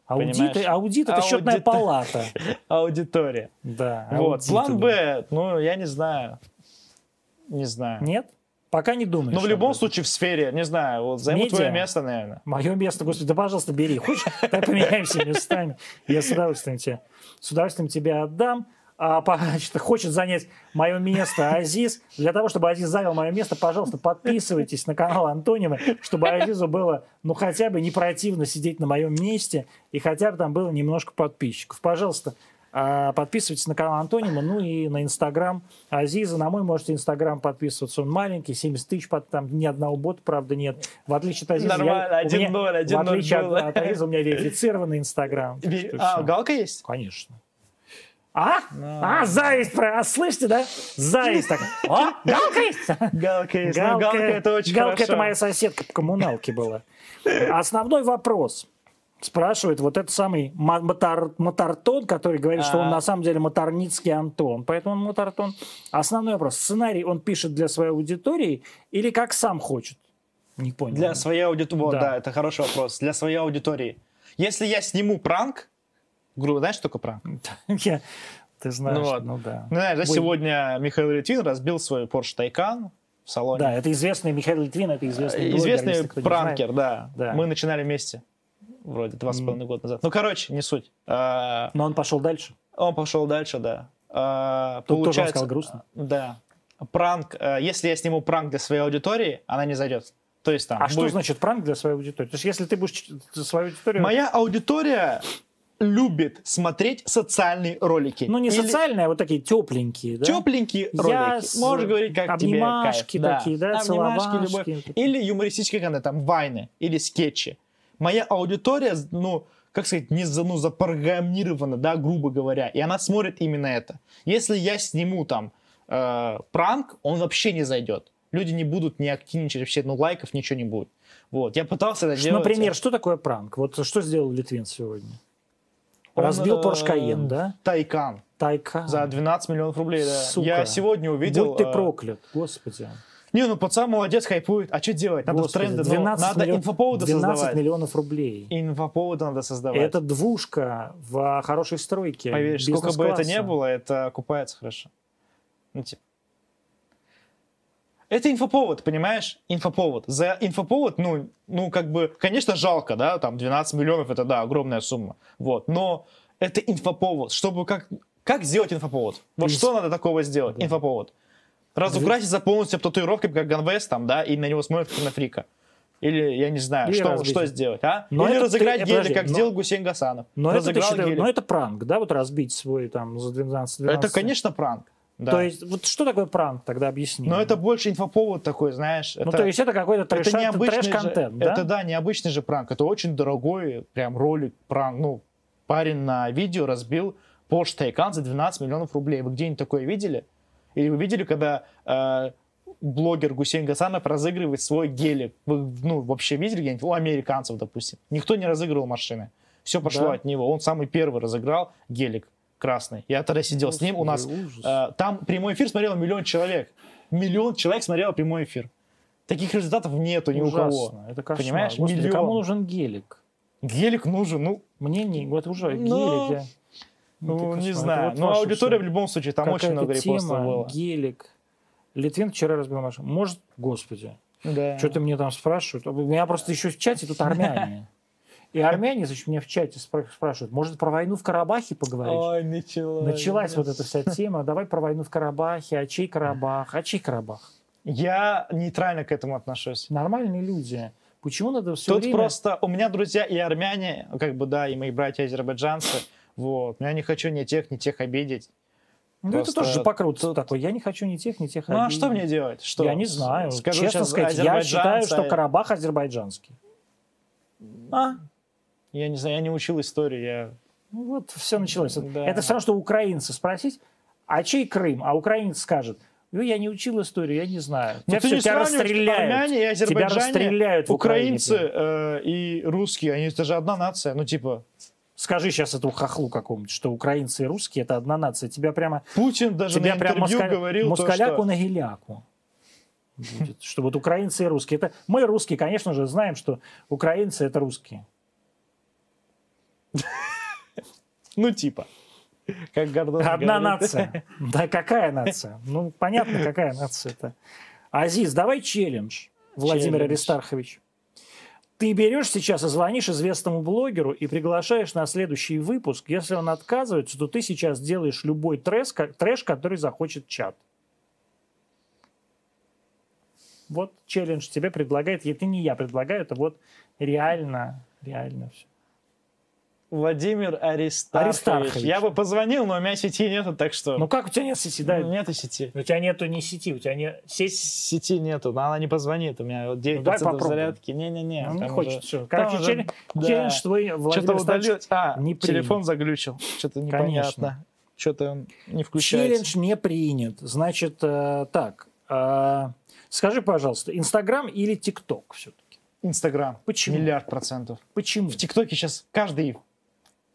Аудиты,
понимаешь?
аудит это счетная
Аудит.
палата.
Аудитория.
Да.
вот.
аудиты.
План Б, ну, я не знаю. Не знаю.
Нет? Пока не думаешь.
Но Ну, в
об
любом
этом.
случае в сфере, не знаю, вот займу
Медиа.
твое место, наверное.
Мое место, господи, да, пожалуйста, бери. Хочешь, давай поменяемся местами. Я с удовольствием тебе, с удовольствием тебя отдам. А, по- значит, хочет занять мое место Азиз. Для того, чтобы Азиз занял мое место, пожалуйста, подписывайтесь на канал Антонимы, чтобы Азизу было, ну, хотя бы не противно сидеть на моем месте, и хотя бы там было немножко подписчиков. Пожалуйста, а, подписывайтесь на канал Антонима, ну и на Инстаграм Азиза. На мой можете Инстаграм подписываться, он маленький, 70 тысяч, под- там ни одного бота, правда, нет. В отличие от Азиза, я-
Нормально,
у меня-
1-0,
в
1-0
отличие от,
было.
от Азиза, у меня верифицированный Инстаграм. так
Ви-
что
А,
всё.
галка есть?
Конечно. А? А, зависть, про... а, слышите, да? Зависть такая. О, галка есть?
Галка есть. Ну, Галка, это очень
Галка
хорошо.
это моя соседка по коммуналке была. Основной вопрос спрашивает вот этот самый Ма- Мотор- Мотортон, который говорит, что он
А.
на самом деле Моторницкий Антон. Поэтому он Мотортон. Основной вопрос. Сценарий он пишет для своей аудитории или как сам хочет? Не понял.
Для своей аудитории. Вот,
Да.
да. это хороший вопрос. Для своей аудитории. Если я сниму пранк, грубо, знаешь, что такое пранк?
Я- Ты знаешь,
Ну вот.
ну да.
Ну, знаешь, да,
Бой-
сегодня Михаил Литвин разбил свой Porsche Taycan в салоне.
Да, это известный Михаил Литвин, это известный блогер,
Э, Известный
если кто не знает.
пранкер, да.
Да.
Мы начинали вместе. Вроде два с половиной года назад. Ну, короче, не суть. А,
Но он пошел дальше.
Он пошел дальше, да. А,
Тут тоже он сказал грустно.
Да. Пранк. э, Если я сниму пранк для своей аудитории, она не зайдет. То есть там.
А что
будет-
значит пранк для своей аудитории? То есть если ты будешь ч- свою аудиторию...
Моя аудитория любит смотреть социальные ролики.
Ну, не
Или
социальные, а вот такие тепленькие, да?
Тепленькие
Я
ролики.
с-
Можешь говорить, как тебе
обнимашки
кайф.
такие, да,
Обнимашки,
целовашки.
любовь. Или юмористические контент, там, вайны или скетчи. Моя аудитория, ну, как сказать, не за, ну, запрограммирована, да, грубо говоря. И она смотрит именно это. Если я сниму там э, пранк, он вообще не зайдет. Люди не будут не активничать вообще, ну, лайков ничего не будет. Вот, я пытался это
Ш-
делать.
Например, что такое пранк? Вот что сделал Литвин сегодня?
Он,
Разбил
э,
Porsche Cayenne, да?
Тайкан.
Тайка.
За 12 миллионов рублей, да.
Сука.
Я сегодня увидел...
Будь ты
э,
проклят, господи.
Не, ну пацан молодец, хайпует. А что делать? Надо
Господи,
тренды, ну, надо
миллион-
инфоповоды
12
создавать.
миллионов рублей.
Инфоповоды надо создавать.
Это двушка в хорошей стройке.
Поверь, сколько бы это ни
бизнес-класса.
было, это окупается хорошо. Ну, типа. Это инфоповод, понимаешь? Инфоповод. За инфоповод, ну, ну, как бы, конечно, жалко, да, там 12 миллионов, это, да, огромная сумма. Вот, но это инфоповод. Чтобы как... Как сделать инфоповод? Вот
Из-
что надо такого сделать?
Да.
Инфоповод. Разукраситься полностью татуировкой, как Ганвест, там, да, и на него смотрят как на фрика. Или, я не знаю,
Или
что,
разбить.
что сделать, а?
Но
Или
это ты-
разыграть
э,
гели,
подожди,
как
но-
сделал Гусейн Гасанов.
Но это, ты
Разыграл
считаешь,
гели.
ну, это пранк, да, вот разбить свой там за 12
Это,
12.
конечно, пранк. Да.
То есть, вот что такое пранк, тогда объясни.
Но это больше инфоповод такой, знаешь.
Ну,
это,
то есть, это какой-то
это
трэш,
необычный же-
контент да?
Это, да, необычный же пранк. Это очень дорогой прям ролик, пранк. Ну, парень на видео разбил Porsche Taycan за 12 миллионов рублей. Вы где-нибудь такое видели? Или вы видели, когда э, блогер Гусейн Гасанов разыгрывает свой гелик? Вы, ну, вообще видели где-нибудь? У американцев, допустим. Никто не разыгрывал машины. Все пошло
Да.
от него. Он самый первый разыграл гелик красный. Я тогда
Ну,
сидел с ним. У нас
Господи, ужас.
э, там прямой эфир смотрел миллион человек. Миллион человек смотрел прямой эфир. Таких результатов нету ни у кого.
Ужасно. Это кошмар.
Понимаешь,
Господи,
миллион.
кому нужен гелик?
Гелик нужен, ну,
Мне не, вот уже
Ну,
гелик. я-
ну,
ты
не
кошмар.
знаю.
Это вот
Но
ваше
аудитория в
всё.
любом случае, там
Какая-то
очень много репостов
тема,
было.
Гелик. Литвин вчера разбил машину. Может, господи,
Да.
что ты мне там спрашивают? У меня просто еще в чате тут армяне. И армяне, значит, меня в чате спра- спрашивают, может, про войну в Карабахе поговоришь?
Ой, началось.
Началась вот эта вся тема, давай про войну в Карабахе, а чей Карабах, а чей Карабах?
Я нейтрально к этому отношусь.
Нормальные люди. Почему надо все
Тут
время...
просто у меня друзья и армяне, как бы, да, и мои братья азербайджанцы. Вот. Но я не хочу ни тех, ни тех обидеть.
Ну, это
просто
тоже покрутство
тут-
такой. Я не хочу ни тех, ни тех
Ну, а
обидеть.
что мне делать? Что?
Я не знаю.
Скажу
Честно
сейчас
сказать, я считаю,
азербайджанца-
что Карабах азербайджанский.
А? Я не знаю, я не учил историю, я
Ну, вот все началось. Вот
Да.
Это все равно, что украинца спросить, а чей Крым? А украинец скажет, ну, я не учил историю, я не знаю.
Ну,
тебя
ты
всё,
не
тебя
сравниваешь,
расстреляют.
армяне и
тебя
азербайджане,
расстреляют в
украинцы
Украине.
э, и русские, они это же одна нация, ну типа
Скажи сейчас этому хохлу какому-нибудь, что украинцы и русские это одна нация. Тебя прямо,
Путин даже
тебя
на
прямо
интервью
москаля-
говорил то,
москаляку
что
на геляку. Будет, что вот украинцы и русские. Это мы русские, конечно же, знаем, что украинцы это русские.
ну типа как Гордон
Одна
говорит.
нация. Да какая нация? Ну, понятно, какая нация это. Азиз, давай челлендж, Владимир
Челлендж.
Аристархович. Ты берешь сейчас и звонишь известному блогеру и приглашаешь на следующий выпуск. Если он отказывается, то ты сейчас делаешь любой трэш, ко- трэш который захочет чат. Вот челлендж тебе предлагает. Это не я предлагаю, это вот реально, реально все.
Владимир Аристархович.
Аристархович.
Я бы позвонил, но у меня сети нету, так что...
Ну как у тебя нет сети? Да,
Ну, нету сети.
У тебя нету ни сети, у тебя не сеть.
Сети нету, но она не позвонит. У меня вот 9%
Ну, давай попробуем.
зарядки. Не-не-не.
Ну, Он не
там
хочет.
уже-
всё.
там
Короче,
уже-
челлен-
да.
челлендж твой, Владимир
Что-то
Александрович,
удалил. А,
не
телефон
принят.
заглючил. Что-то непонятно. Что-то он не включается.
Челлендж не принят. Значит, э, так. э, скажи, пожалуйста, Инстаграм или ТикТок все-таки?
Инстаграм.
Почему?
Миллиард процентов.
Почему?
В ТикТоке сейчас каждый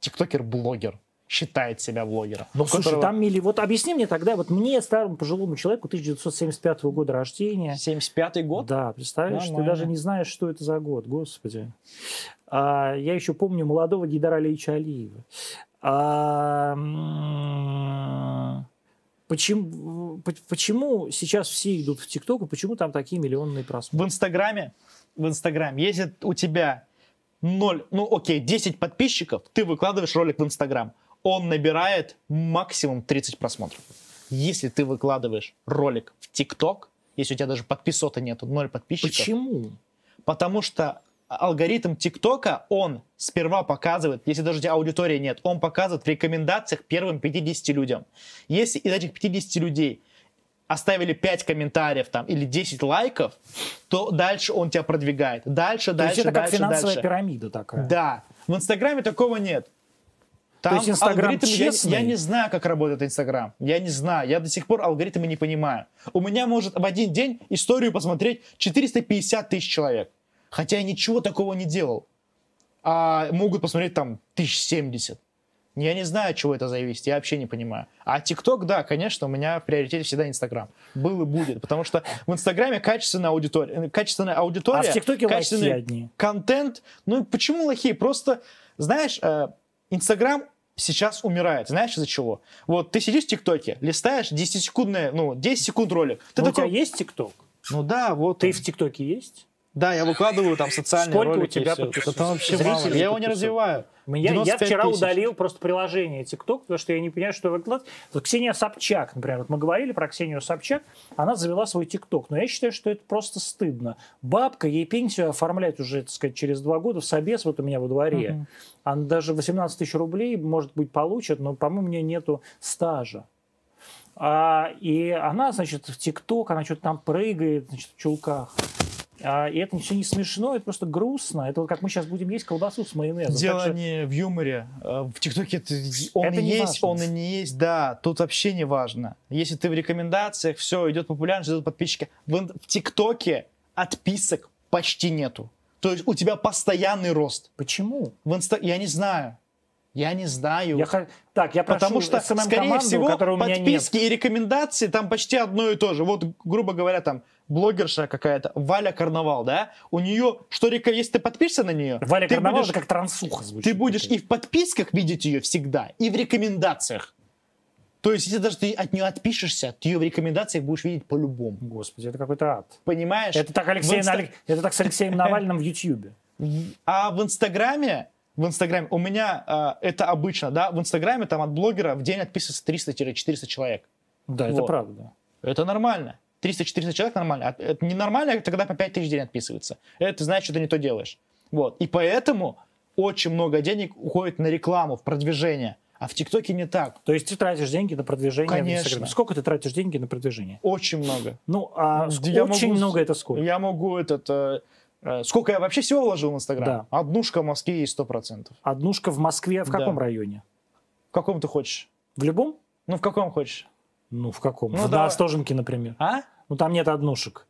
тиктокер-блогер считает себя блогером.
Ну,
У
слушай,
которого
там мили... Вот объясни мне тогда, вот мне, старому пожилому человеку 1975 года рождения,
75-й год.
Да, представляешь, ты
Нормально.
даже не знаешь, что это за год, господи. А, я еще помню молодого Гидара Алиевича Алиева. А, м, почему, по- почему сейчас все идут в ТикТок, и почему там такие миллионные просмотры?
В Инстаграме, в Инстаграме, если у тебя 0, ну окей, 10 подписчиков, ты выкладываешь ролик в Инстаграм. Он набирает максимум 30 просмотров. Если ты выкладываешь ролик в ТикТок, если у тебя даже подписота нету, 0 подписчиков,
Почему?
потому что алгоритм ТикТока, он сперва показывает, если даже у тебя аудитории нет, он показывает в рекомендациях первым 50 людям. Если из этих 50 людей оставили 5 комментариев там или 10 лайков, то дальше он тебя продвигает. Дальше,
То
дальше,
есть это как
дальше,
финансовая
дальше.
пирамида такая.
Да. В Инстаграме такого нет. Там
есть Инстаграм
алгоритм, я-
честный?
я, не знаю, как работает Инстаграм. Я не знаю. Я до сих пор алгоритмы не понимаю. У меня может в один день историю посмотреть 450 тысяч человек. Хотя я ничего такого не делал. А могут посмотреть там 1070. Я не знаю, от чего это зависит, я вообще не понимаю. А ТикТок, да, конечно, у меня в приоритете всегда Инстаграм. Был и будет, потому что в Инстаграме качественная аудитория. э, Качественная аудитория,
А в ТикТоке лохи
качественный
одни.
контент. Ну, почему лохи? Просто, знаешь, э, Инстаграм сейчас умирает. Знаешь, из-за чего? Вот ты сидишь в ТикТоке, листаешь 10-секундное, ну, 10 секунд ролик. Ты
Ну,
такой,
У тебя есть ТикТок?
ну да, вот
Ты
он.
в ТикТоке есть?
Да, я выкладываю там социальные
Сколько у
ролики. и
тебя
всё.
подписчиков?
Да там вообще
Зрителей
мало. Я его не
подписчиков?
развиваю.
Я, я
95
вчера
тысяч.
удалил просто приложение TikTok, потому что я не понимаю, что выкладывать. Вот Ксения Собчак, например, вот мы говорили про Ксению Собчак, она завела свой TikTok, но я считаю, что это просто стыдно. Бабка, ей пенсию оформлять уже, так сказать, через два года в собес вот у меня во дворе. Она даже 18 тысяч рублей, может быть, получит, но, по-моему, у нее нету стажа. А, и она, значит, в ТикТок, она что-то там прыгает, значит, в чулках. А, и это все не смешно, это просто грустно. Это вот как мы сейчас будем есть колбасу с майонезом.
Дело
Так что-
не в юморе. э, В ТикТоке это- он
Это
и
не
есть,
важно.
он и не есть. Да, тут вообще не важно. Если ты в рекомендациях, все, идет популярность, идут подписчики. В ин- в ТикТоке отписок почти нету. То есть у тебя постоянный рост.
Почему?
В инста... Я не знаю. Я не знаю.
Я хо- Так, я прошу
Потому что,
SMM
скорее
команду,
всего,
которой у меня
подписки и рекомендации там почти одно и то же. Вот, грубо говоря, там блогерша какая-то, Валя Карнавал, да? У нее, что река, если ты подпишешься на нее,
нет. Валя
ты
Карнавал
будешь
это как трансуха звучит.
ты будешь и в подписках видеть ее всегда, и в рекомендациях. То есть, если даже ты от нее отпишешься, ты ее в рекомендациях будешь видеть по-любому.
Господи, это какой-то ад.
Понимаешь?
Это так,
В
Алексей
инста-
Налик- это так с Алексеем Навальным в Ютьюбе.
А в Инстаграме, в Инстаграме, у меня а, это обычно, да, в Инстаграме там от блогера в день отписывается 300-400 человек.
Да, это
Вот.
правда.
Это нормально. 300-400 человек нормально. А Это ненормально, это когда по 5 тысяч в день отписывается. Это значит, что ты не то делаешь. Вот. И поэтому очень много денег уходит на рекламу, в продвижение. А в ТикТоке не так.
То есть ты тратишь деньги на продвижение в
Конечно.
Инстаграме. Сколько ты тратишь деньги на продвижение?
Очень много.
Ну, а
Ну,
ск-
я могу
очень
с-
много это сколько?
Я могу этот... э, э, сколько я вообще всего вложил в Инстаграм? Однушка в Москве есть 100%.
Однушка в Москве в
Да.
каком районе?
В каком ты хочешь?
В любом?
Ну, в каком хочешь?
Ну, в каком?
Ну,
в, на
давай.
Остоженке, например.
А?
Ну, там нет однушек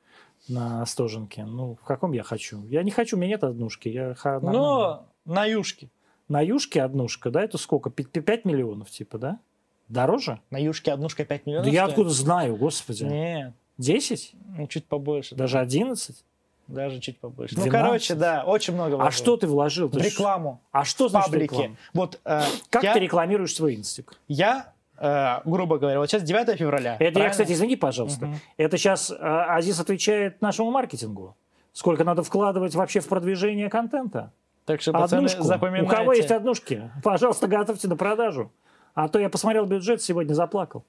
на Остоженке. Ну, в каком я хочу? Я не хочу, у меня нет однушки. Я ха- нормально.
Ну, на юшке.
На Юшке однушка, да, это сколько? 5 миллионов, типа, да? Дороже?
На юшке однушка 5
Да
миллионов
я
стоит?
откуда знаю, господи.
Нет,
10?
ну, чуть побольше.
Даже 11?
Даже чуть побольше.
12?
Ну, короче, да, очень много
А
вложил.
что ты вложил?
В
Ты ж-
рекламу,
А что
в
значит
паблике.
реклама?
Вот э,
Как
я,
ты рекламируешь свой инстик?
я э, грубо говоря, вот сейчас 9 февраля.
Это я,
правильно?
кстати, извини, пожалуйста. Это сейчас Азис отвечает нашему маркетингу. Сколько надо вкладывать вообще в продвижение контента?
Так что, пацаны,
Однушку. У
запоминайте.
кого есть однушки, пожалуйста, готовьте на продажу. А то я посмотрел бюджет сегодня, заплакал.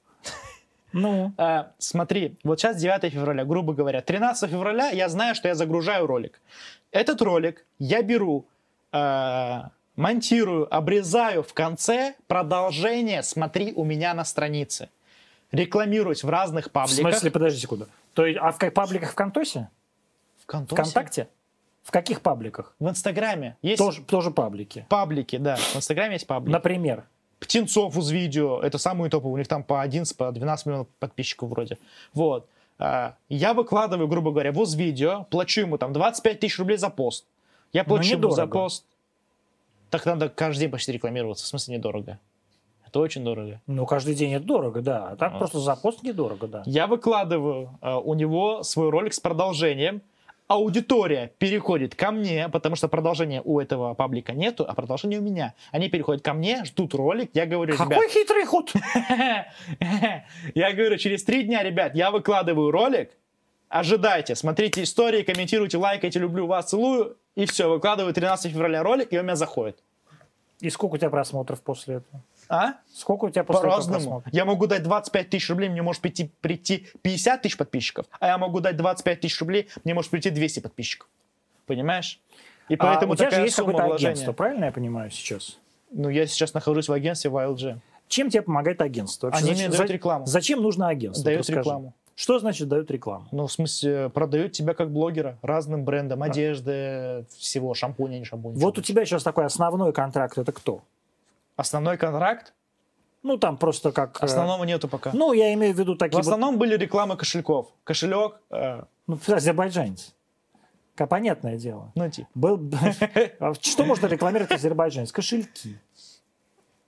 Ну,
Э, смотри, вот сейчас 9 февраля, грубо говоря, 13 февраля я знаю, что я загружаю ролик. Этот ролик я беру, э, монтирую, обрезаю в конце продолжение «Смотри у меня на странице». Рекламируюсь А в разных
в
пабликах.
смысле, подожди секунду. То есть, а в как- пабликах ВКонтосе?
ВКонтакте?
ВКонтакте? В каких пабликах?
В Инстаграме есть
Тоже, тоже паблики.
паблики, да. В Инстаграме есть паблики.
Например.
Птенцов из видео, это самые топовые, у них там по 11, по 12 миллионов подписчиков вроде. Вот. А, Я выкладываю, грубо говоря, воз видео, плачу ему там 25 тысяч рублей за пост. Я
Ну,
плачу ему за
недорого.
пост. Так надо каждый день почти рекламироваться, в смысле недорого. Это очень дорого.
Ну, каждый день это дорого, да. А так
А.
просто за пост недорого, да.
Я выкладываю э, у него свой ролик с продолжением. Аудитория переходит ко мне, потому что продолжения у этого паблика нету, а продолжение у меня. Они переходят ко мне, ждут ролик, я говорю, ребят...
Какой хитрый ход?
Я говорю, через три дня, ребят, я выкладываю ролик. Ожидайте, смотрите истории, комментируйте, лайкайте, люблю вас, целую. И все, выкладываю 13 февраля ролик, и он у меня заходит.
И сколько у тебя просмотров после этого?
А?
Сколько у тебя после этого
По-разному.
просмотров?
Я могу дать 25 тысяч рублей, мне может прийти, прийти 50 тысяч подписчиков, а я могу дать 25 тысяч рублей, мне может прийти 200 подписчиков. Понимаешь? И поэтому
а у тебя же
такая
есть
сумма
какое-то
вложения.
агентство, правильно я понимаю сейчас?
Ну, я сейчас нахожусь в агентстве YLG.
Чем тебе помогает агентство? Вообще,
Они мне дают рекламу.
Зачем нужно агентство?
Дают
Вот расскажи.
рекламу.
Что значит дают рекламу?
Ну, в смысле, продают тебя как блогера разным брендом одежды, всего, шампуня, не шампуня.
А. Вот у
ничего.
тебя сейчас такой основной контракт, это кто?
Основной контракт?
Ну, там просто как... э,
Основного нету пока.
Ну, я имею в виду
в
такие вот-
основном были рекламы кошельков. Кошелек, э,
Ну, азербайджанец. Ка- Понятное дело.
ну, типа.
Был... А Что можно рекламировать азербайджанец? Кошельки.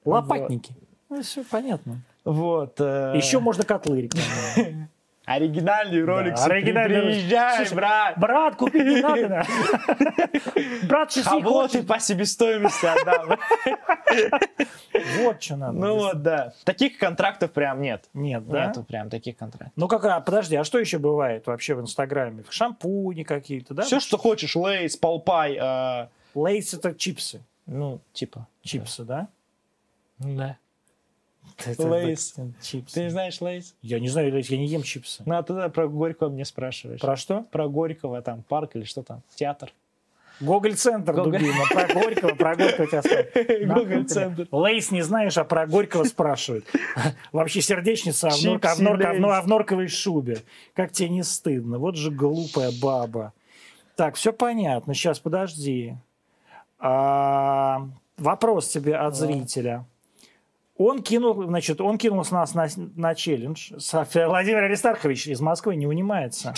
Лопатники. Ну, все понятно.
Вот. э,
Еще можно котлы рекламировать.
Оригинальный ролик.
Да,
смотри,
оригинальный ролик.
Приезжай,
Слушай,
брат.
Брат, купить не надо. да. Брат, сейчас не
Кого
хочет.
ты по себестоимости отдал?
Вот что надо.
Ну вот, да. Таких контрактов прям нет.
Нет, да?
Нету прям таких контрактов.
Ну как, а, подожди, а что еще бывает вообще в Инстаграме? Шампуни какие-то, да?
Все, что хочешь, лейс, полпай, э,
Лейс это чипсы.
ну, типа.
Чипсы, да?
Да.
Это-
Лейс.
это Чипсы.
Ты не знаешь лейс?
Я не знаю, Лейс, я не ем чипсы.
Ну, а тогда про Горького мне спрашиваешь.
Про что?
про Горького, там, парк или что там, театр.
Гоголь-центр,
Гоголь.
Дубина. Про Горького, про Горького тебя спрашивают.
Гоголь-центр.
Лейс не знаешь, а про Горького спрашивают. Вообще сердечница а в, нор- а в
Чипсы
нор- а в
Лейс.
нор- а в норковой шубе. Как тебе не стыдно? Вот же глупая баба. Так, все понятно. Сейчас, подожди. А, вопрос тебе от зрителя. Он кинул, значит, он кинул с нас на, на челлендж. Софья- Владимир Аристархович из Москвы не унимается.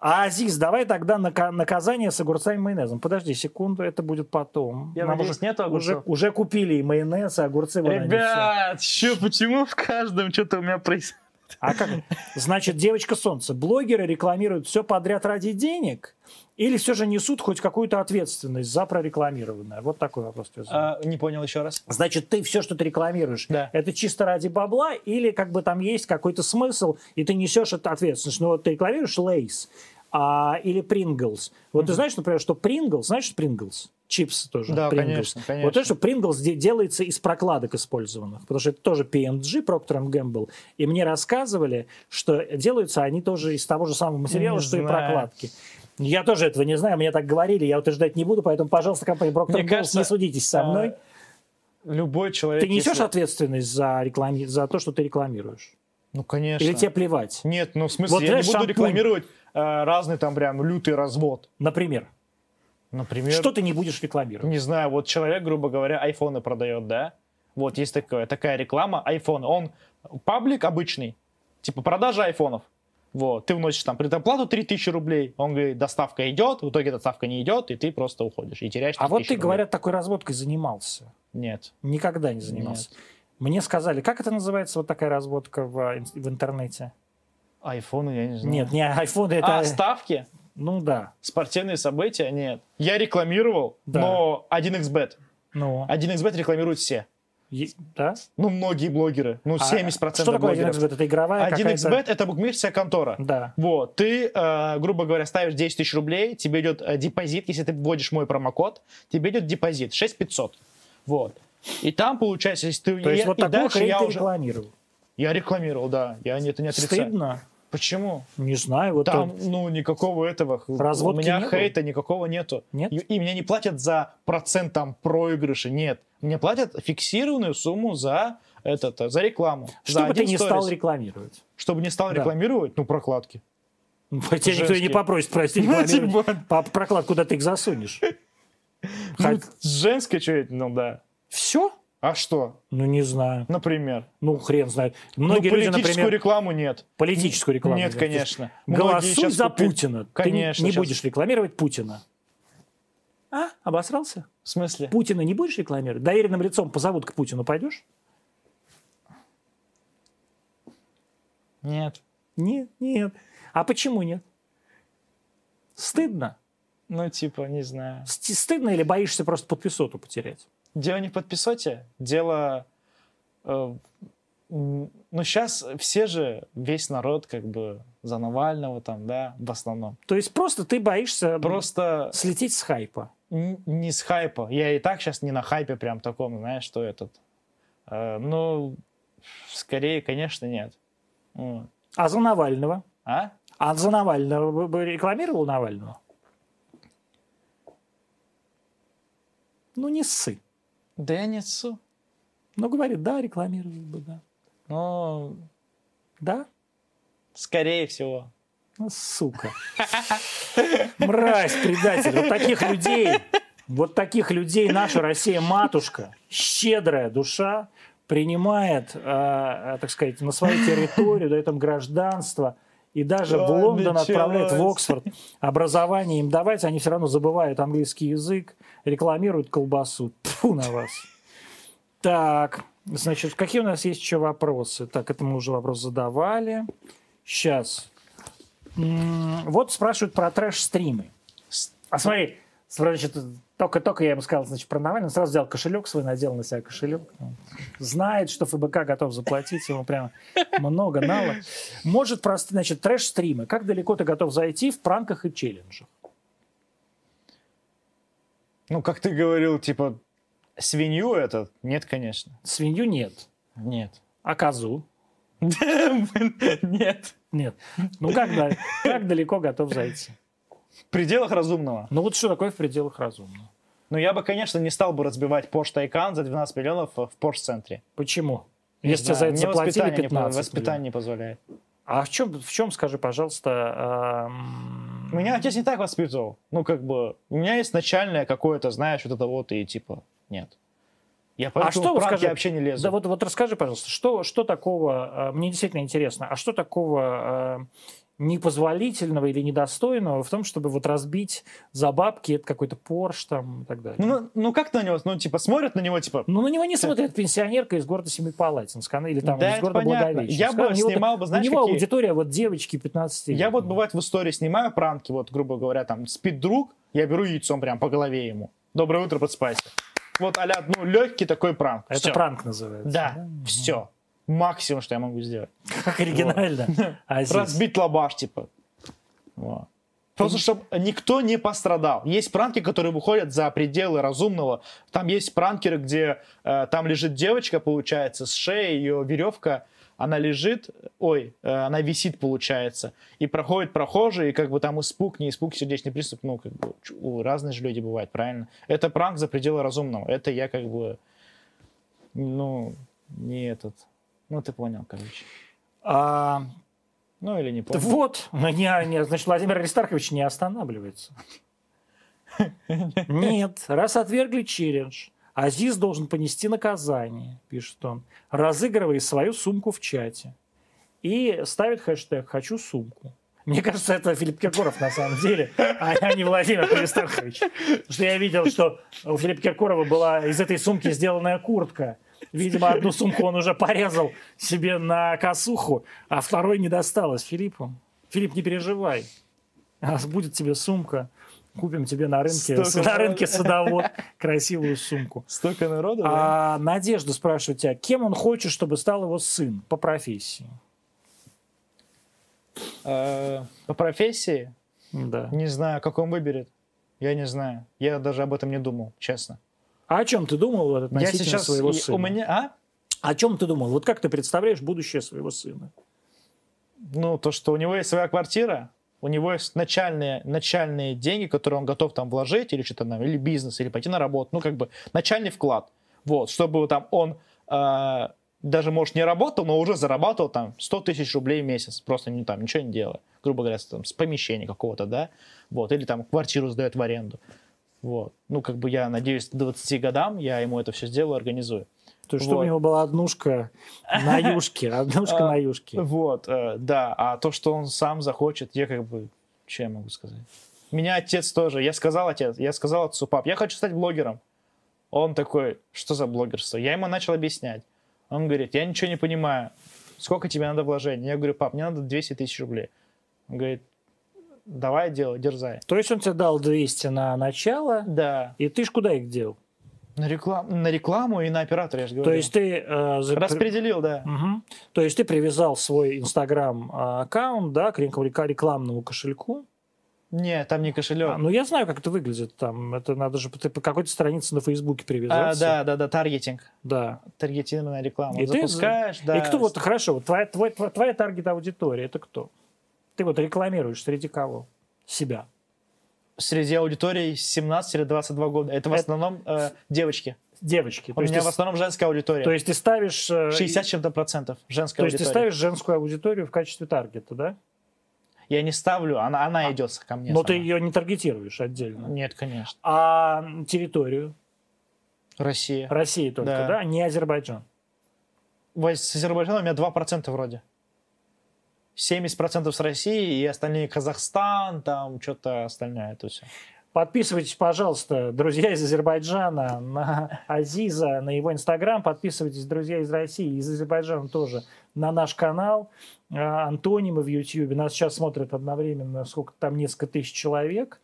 А, Азиз, давай тогда нака- наказание с огурцами и майонезом. Подожди секунду, это будет потом.
Я
Нам
надеюсь,
уже,
нету
уже,
огурцов?
уже купили и майонез, и огурцы. вон они все.
что, почему в каждом что-то у меня происходит?
А как? Значит, девочка солнца, блогеры рекламируют все подряд ради денег или все же несут хоть какую-то ответственность за прорекламированное? Вот такой вопрос. тебе задам.
А, не понял еще раз.
Значит, ты все, что ты рекламируешь,
Да.
это чисто ради бабла, или как бы там есть какой-то смысл, и ты несешь эту ответственность. Ну, вот ты рекламируешь Лейс или Принглс. Вот ты знаешь, например, что Принглс, знаешь, что Принглс? Чипсы тоже.
Да,
Pringles.
конечно, конечно.
Вот то, что Принглс делается из прокладок использованных, потому что это тоже PNG, Procter Gamble. И мне рассказывали, что делаются они тоже из того же самого материала,
Не
что и
знаю.
прокладки. Я тоже этого не знаю, мне так говорили, я утверждать не буду, поэтому, пожалуйста, компания Procter
Мне
Gamble,
кажется,
не судитесь со мной.
А, Любой человек...
Ты несешь
если-
ответственность за, реклами... за то, что ты рекламируешь?
Ну, конечно.
Или тебе плевать?
Нет, ну, в смысле,
Вот,
я не
знаешь,
буду
шампунь.
рекламировать э, разный там прям лютый развод.
Например,
Например,
что ты не будешь рекламировать?
не знаю, вот человек, грубо говоря, айфоны продает, да? Вот есть такое, такая реклама, айфон, он паблик обычный, типа продажа айфонов. Вот, ты вносишь там предоплату 3000 рублей, он говорит, доставка идет, в итоге доставка не идет, и ты просто уходишь и теряешь
А вот
3000
ты,
рублей.
говорят, такой разводкой занимался.
Нет.
Никогда не занимался. Мне сказали, как это называется, вот такая разводка в, а, ин- в интернете?
Айфоны, я не знаю.
Нет, не iPhone, это...
А, ставки?
Ну да,
Спортивные события? Нет. Я рекламировал,
Да.
но 1xbet.
ну,
А 1xbet рекламируют все.
Е- Да?
Ну, многие блогеры.
А
Ну, 70%
Что такое
блогеров.
1xbet? Это игровая
1xbet
какая-то...
это букмекерская контора.
Да.
Вот, ты, э, грубо говоря, ставишь 10 тысяч рублей, тебе идет э, депозит, если ты вводишь мой промокод, тебе идет депозит 6500. Вот. И там, получается, если ты...
То есть
я-
вот
и
такую
дальше
хрень
я
ты
уже...
рекламировал.
Я рекламировал, да. Я не- это не отрицаю.
Стыдно?
Почему?
Не знаю. Вот
Там,
он-
ну, никакого этого.
Разводки
У меня
не было?
хейта никакого нету.
Нет?
И, и мне не платят за процент там проигрыша, нет. Мне платят фиксированную сумму за этот, э, за рекламу. за
Что бы ты
один
не
сторис.
стал рекламировать?
Чтобы не стал
Да.
рекламировать, ну, прокладки.
Ну, Тебя никто и не
Женские.
попросит, прости,
Ну,
рекламировать.
типа.
По прокладку, куда ты их засунешь?
Ну, женское что ну да.
Все?
А что,
Ну, не знаю.
например?
Ну, хрен знает.
Ну,
Многие люди,
политическую
например,
рекламу нет.
политическую рекламу.
Нет,
делают.
конечно. Многие
Голосуй
щас
за
купи-
Путина.
Конечно,
Ты не
щас.
будешь рекламировать Путина. А? Обосрался?
В смысле?
Путина не будешь рекламировать? Доверенным лицом позовут к Путину. Пойдешь?
Нет.
Нет, нет. А почему нет? Стыдно?
Ну, типа, не знаю.
Ст- Стыдно или боишься просто подписоту потерять?
Дело не в подписоте, дело... э, м, ну, сейчас все же, весь народ как бы за Навального там, да, в основном.
То есть просто ты боишься
Просто
слететь с хайпа.
н- не с хайпа. Я и так сейчас не на хайпе прям таком, знаешь, что этот. Э, ну, скорее, конечно, нет. М.
А за Навального?
А?
А за Навального бы, бы рекламировал Навального? Ну, не ссы.
Да я не ссу.
Ну, говорит, да, рекламировал бы, да.
Ну,
Да?
скорее всего.
Ну, сука. Мразь, предатель. Вот таких людей, вот таких людей наша Россия-матушка, щедрая душа, принимает, э, э, так сказать, на свою территорию, дает им гражданство. И даже в
Ой,
Лондон отправляет в
началось.
Оксфорд. Образование им давать, они все равно забывают английский язык, рекламируют колбасу. Тьфу на вас. Так, значит, какие у нас есть еще вопросы? Так, это мы уже вопрос задавали. Сейчас. М, Вот спрашивают про трэш-стримы. А смотри, значит, только-только я ему сказал, значит, про Навального, он сразу взял кошелек свой, надел на себя кошелек. ну, Знает, что ФБК готов заплатить ему прямо много, нало. Может, просто, значит, трэш-стримы. Как далеко ты готов зайти в пранках и челленджах?
Ну, как ты говорил, типа, свинью этот? Нет, конечно.
Свинью нет,
Нет.
а козу
Нет.
нет. Ну, как, да- как далеко готов зайти?
В пределах разумного.
Ну, вот что такое в пределах разумного?
Но я бы, конечно, не стал бы разбивать Porsche Taycan за 12 миллионов в Porsche-центре.
Почему?
Не
Если тебе за
знаю,
это
мне
заплатили
воспитание не по-
15.
воспитание не позволяет.
А в чем, в чем, скажи, пожалуйста, эм,
Меня отец не так воспитывал. Ну, как бы, у меня есть начальное какое-то, знаешь, вот это вот, и типа, нет. Я поэтому
А что,
в
вот
пранки
скажи,
вообще не лезу.
Да вот, вот расскажи, пожалуйста, что, что такого, э, мне действительно интересно, а что такого э, непозволительного или недостойного в том, чтобы вот разбить за бабки это какой-то Порш там и так далее?
ну, ну, ну, как на него, ну, типа, смотрят на него, типа,
Ну, на него не смотрит пенсионерка из города Семипалатинск, она- или там
Да,
из
это
города
понятно.
Благовещенск.
Я бы
У него-
снимал бы, знаешь,
У него
какие?
аудитория вот девочки 15 лет.
Я вот, бывает, в истории снимаю пранки, вот, грубо говоря, там, спит друг, я беру яйцом прям по голове ему. Доброе утро, подспайся. Вот, а ну, легкий такой пранк.
Это
Всё.
пранк называется.
Да, все. Максимум, что я могу сделать.
Как оригинально. А здесь?
Разбить лабаш, типа. Во. Просто, чтобы никто не пострадал. Есть пранки, которые выходят за пределы разумного. Там есть пранкеры, где э, там лежит девочка, получается, с шеей, ее веревка, она лежит, ой, э, она висит, получается. И проходит прохожий, и как бы там испуг, не испуг, сердечный приступ, ну, как бы, чу- у разных же людей бывает, правильно? Это пранк за пределы разумного. Это я как бы, ну, не этот, ну, ты понял, короче.
А,
Ну, или не
да
понял.
вот, ну, не, не, значит, Владимир Аристархович не останавливается. Нет, раз отвергли челлендж, Азиз должен понести наказание, пишет он, разыгрывая свою сумку в чате. И ставит хэштег «хочу сумку». Мне кажется, это Филипп Киркоров на самом деле, а я не Владимир Аристархович. Потому что я видел, что у Филиппа Киркорова была из этой сумки сделанная куртка. Видимо, одну сумку он уже порезал себе на косуху, а второй не досталось Филиппу. Филипп, не переживай. А Будет тебе сумка Купим тебе на рынке,
Столько
на
народу.
рынке садовод красивую сумку.
Столько народу, да?
А Надежда спрашивает тебя, кем он хочет, чтобы стал его сын по профессии?
Э, По профессии
Да.
не знаю, как он выберет. Я не знаю. Я даже об этом не думал, честно.
А о чем ты думал вот,
Я
относительно
сейчас...
своего
и-
сына?
У меня... А?
О чем ты думал? Вот как ты представляешь будущее своего сына?
Ну, то, что у него есть своя квартира, у него есть начальные, начальные деньги, которые он готов там вложить, или что-то там, или бизнес, или пойти на работу. Ну, как бы начальный вклад. Вот, чтобы там он э, даже, может, не работал, но уже зарабатывал там 100 тысяч рублей в месяц, просто не, там ничего не делая. Грубо говоря, с- там, с помещения какого-то, да? Вот, или там квартиру сдает в аренду. Вот. Ну, как бы я надеюсь, к 20 годам я ему это все сделаю, организую.
То есть, чтобы
Вот.
у него была однушка на юшке, однушка
А,
на юшке.
Вот, э, да. А то, что он сам захочет, я как бы... Что я могу сказать? Меня отец тоже. Я сказал отец, я сказал отцу, пап, я хочу стать блогером. Он такой, что за блогерство? Я ему начал объяснять. Он говорит, я ничего не понимаю. Сколько тебе надо вложений? Я говорю, пап, мне надо 200 тысяч рублей. Он говорит, давай делай, дерзай.
То есть он тебе дал 200 на начало,
Да,
и ты ж куда их дел?
на, реклам- на рекламу и на оператора, я же говорю.
То есть ты э, за-
Распределил, да.
Мгм. То есть ты привязал свой инстаграм а, аккаунт, да, к рек- река- рекламному кошельку.
Не, там не кошелек.
А, ну я знаю, как это выглядит там. Это надо же по- ты по какой-то странице на Фейсбуке
А,
привязаться.
да, да, да, таргетинг.
да.
Таргетированная реклама.
И ты за-
Запускаешь, да.
И кто вот хорошо, вот твоя, твой- твоя, твоя таргет аудитория это кто? Ты вот рекламируешь среди кого? Себя.
среди аудитории 17-22 года. Это в
Это-
основном э, девочки.
Девочки.
У
есть
меня
ты
в
с-
основном женская аудитория.
То есть ты ставишь... э,
60 с чем-то процентов женская
То есть ты
аудитория.
ставишь женскую аудиторию в качестве таргета, да?
Я не ставлю, она, она
А.
идет ко мне.
Но
сама.
ты ее не таргетируешь отдельно.
Нет, конечно.
А территорию?
Россия.
России только, да?
Да.
Не Азербайджан.
Вот С Азербайджаном у меня 2% вроде. 70% с России и остальные Казахстан, там что-то остальное, это все.
Подписывайтесь, пожалуйста, друзья из Азербайджана, на Азиза, на его Инстаграм. Подписывайтесь, друзья из России, из Азербайджана тоже, на наш канал. А, Антонимы в Ютьюбе. Нас сейчас смотрят одновременно, сколько там, несколько тысяч человек.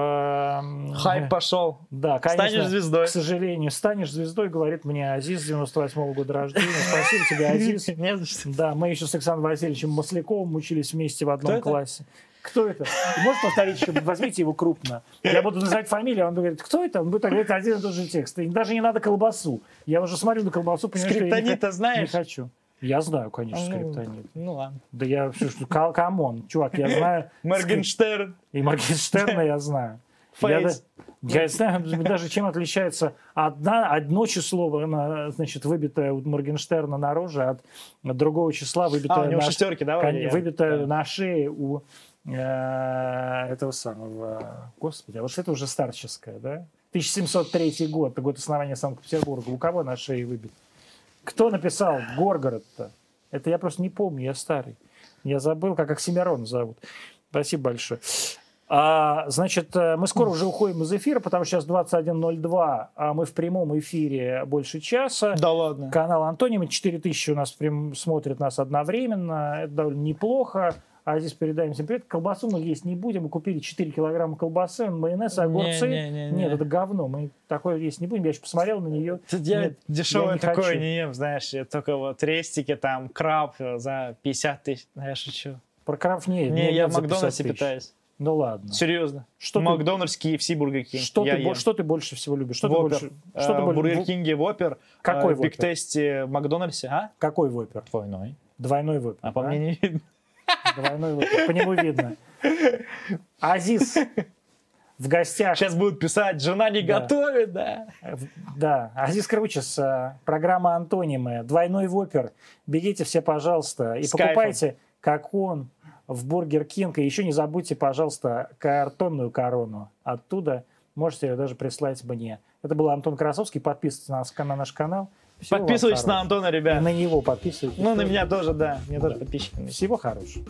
Эм,
Хайп пошел.
Да, конечно.
Станешь звездой.
К сожалению, станешь звездой, говорит мне Азиз 98 года рождения. Спасибо тебе, Азиз.
Не за что.
Да, мы еще с Александром Васильевичем Масляковым учились вместе в одном
Кто это?
классе. Кто это? Можешь повторить еще? Возьмите его крупно. Я буду называть фамилию, а он говорит, кто это? Он будет говорить один и тот же текст. И даже не надо колбасу. Я уже смотрю на колбасу, понимаю, что я не,
Скриптонит-то
хо- не
знаешь?
хочу. Я знаю, конечно,
Ну,
скриптонит.
Ну ладно.
Да я, всё, что- ка- камон, чувак, я знаю. скрипт-
Моргенштерн.
И Моргенштерна я знаю. Я,
Фейс.
да- я знаю даже, чем отличается одна, одно число, на- значит, выбитое у Моргенштерна на роже от другого числа,
А,
выбитое
у него
на ш-
шестерки, да?
кон-
вроде? Я-
выбитое
да.
на шее у э, этого самого, господи, а вот это уже старческое, да? 1703 год, год основания Санкт-Петербурга. У кого на шее выбит? Кто написал Горгород-то? Это я просто не помню, я старый. Я забыл, как Оксимирон зовут. Спасибо большое. А, значит, э, мы скоро уже уходим из эфира, потому что сейчас 21.02, а мы в прямом эфире больше часа.
Да ладно.
Канал Антонима, 4000 у нас прям смотрят нас одновременно, это довольно неплохо. А здесь передаем всем привет. Колбасу мы есть не будем. Мы купили 4 килограмма колбасы, майонез, огурцы.
Не-не-не-не.
Нет, это говно. Мы такое есть не будем. Я еще посмотрел на нее.
Тут Я
Нет,
дешевое
я не
такое
хочу.
не ем, знаешь, я только вот рестики, там, краб э, за 50 тысяч, Ну, я шучу.
Про краб не,
Не,
мне
я
нет
в
за 50
Макдональдсе
тысяч.
питаюсь.
Ну ладно.
Серьезно.
Что ты-
Макдональдс, KFC, Бургер Кинг.
Что,
я
ты, бо-
ем.
что ты больше всего любишь? Что
Воппер.
ты больше? Что ты
Э, в
больше?
Бургер Кинге Воппер.
Какой
э, в Биг
Воппер?
Тесте в Макдональдсе, а?
Какой вопер?
Двойной.
Двойной вопер.
А по
да?
мне не видно.
Двойной вопер. По нему видно. Азиз в гостях.
Сейчас будут писать, жена не
Да.
готовит, да.
Э, В- Да, А Азиз Кручес, э, программа «Антонимы», «Двойной вопер». Бегите все, пожалуйста, и
С кайфом.
покупайте, как он, в Бургер Кинг. И еще не забудьте, пожалуйста, картонную корону. Оттуда можете ее даже прислать мне. Это был Антон Красовский. Подписывайтесь на, нас- на наш канал. Всего вам
Подписывайтесь на
хорошего.
Антона, ребят.
На него подписывайтесь.
Ну, на меня тоже, да. Мне тоже
Да.
подписчики.
Всего хорошего.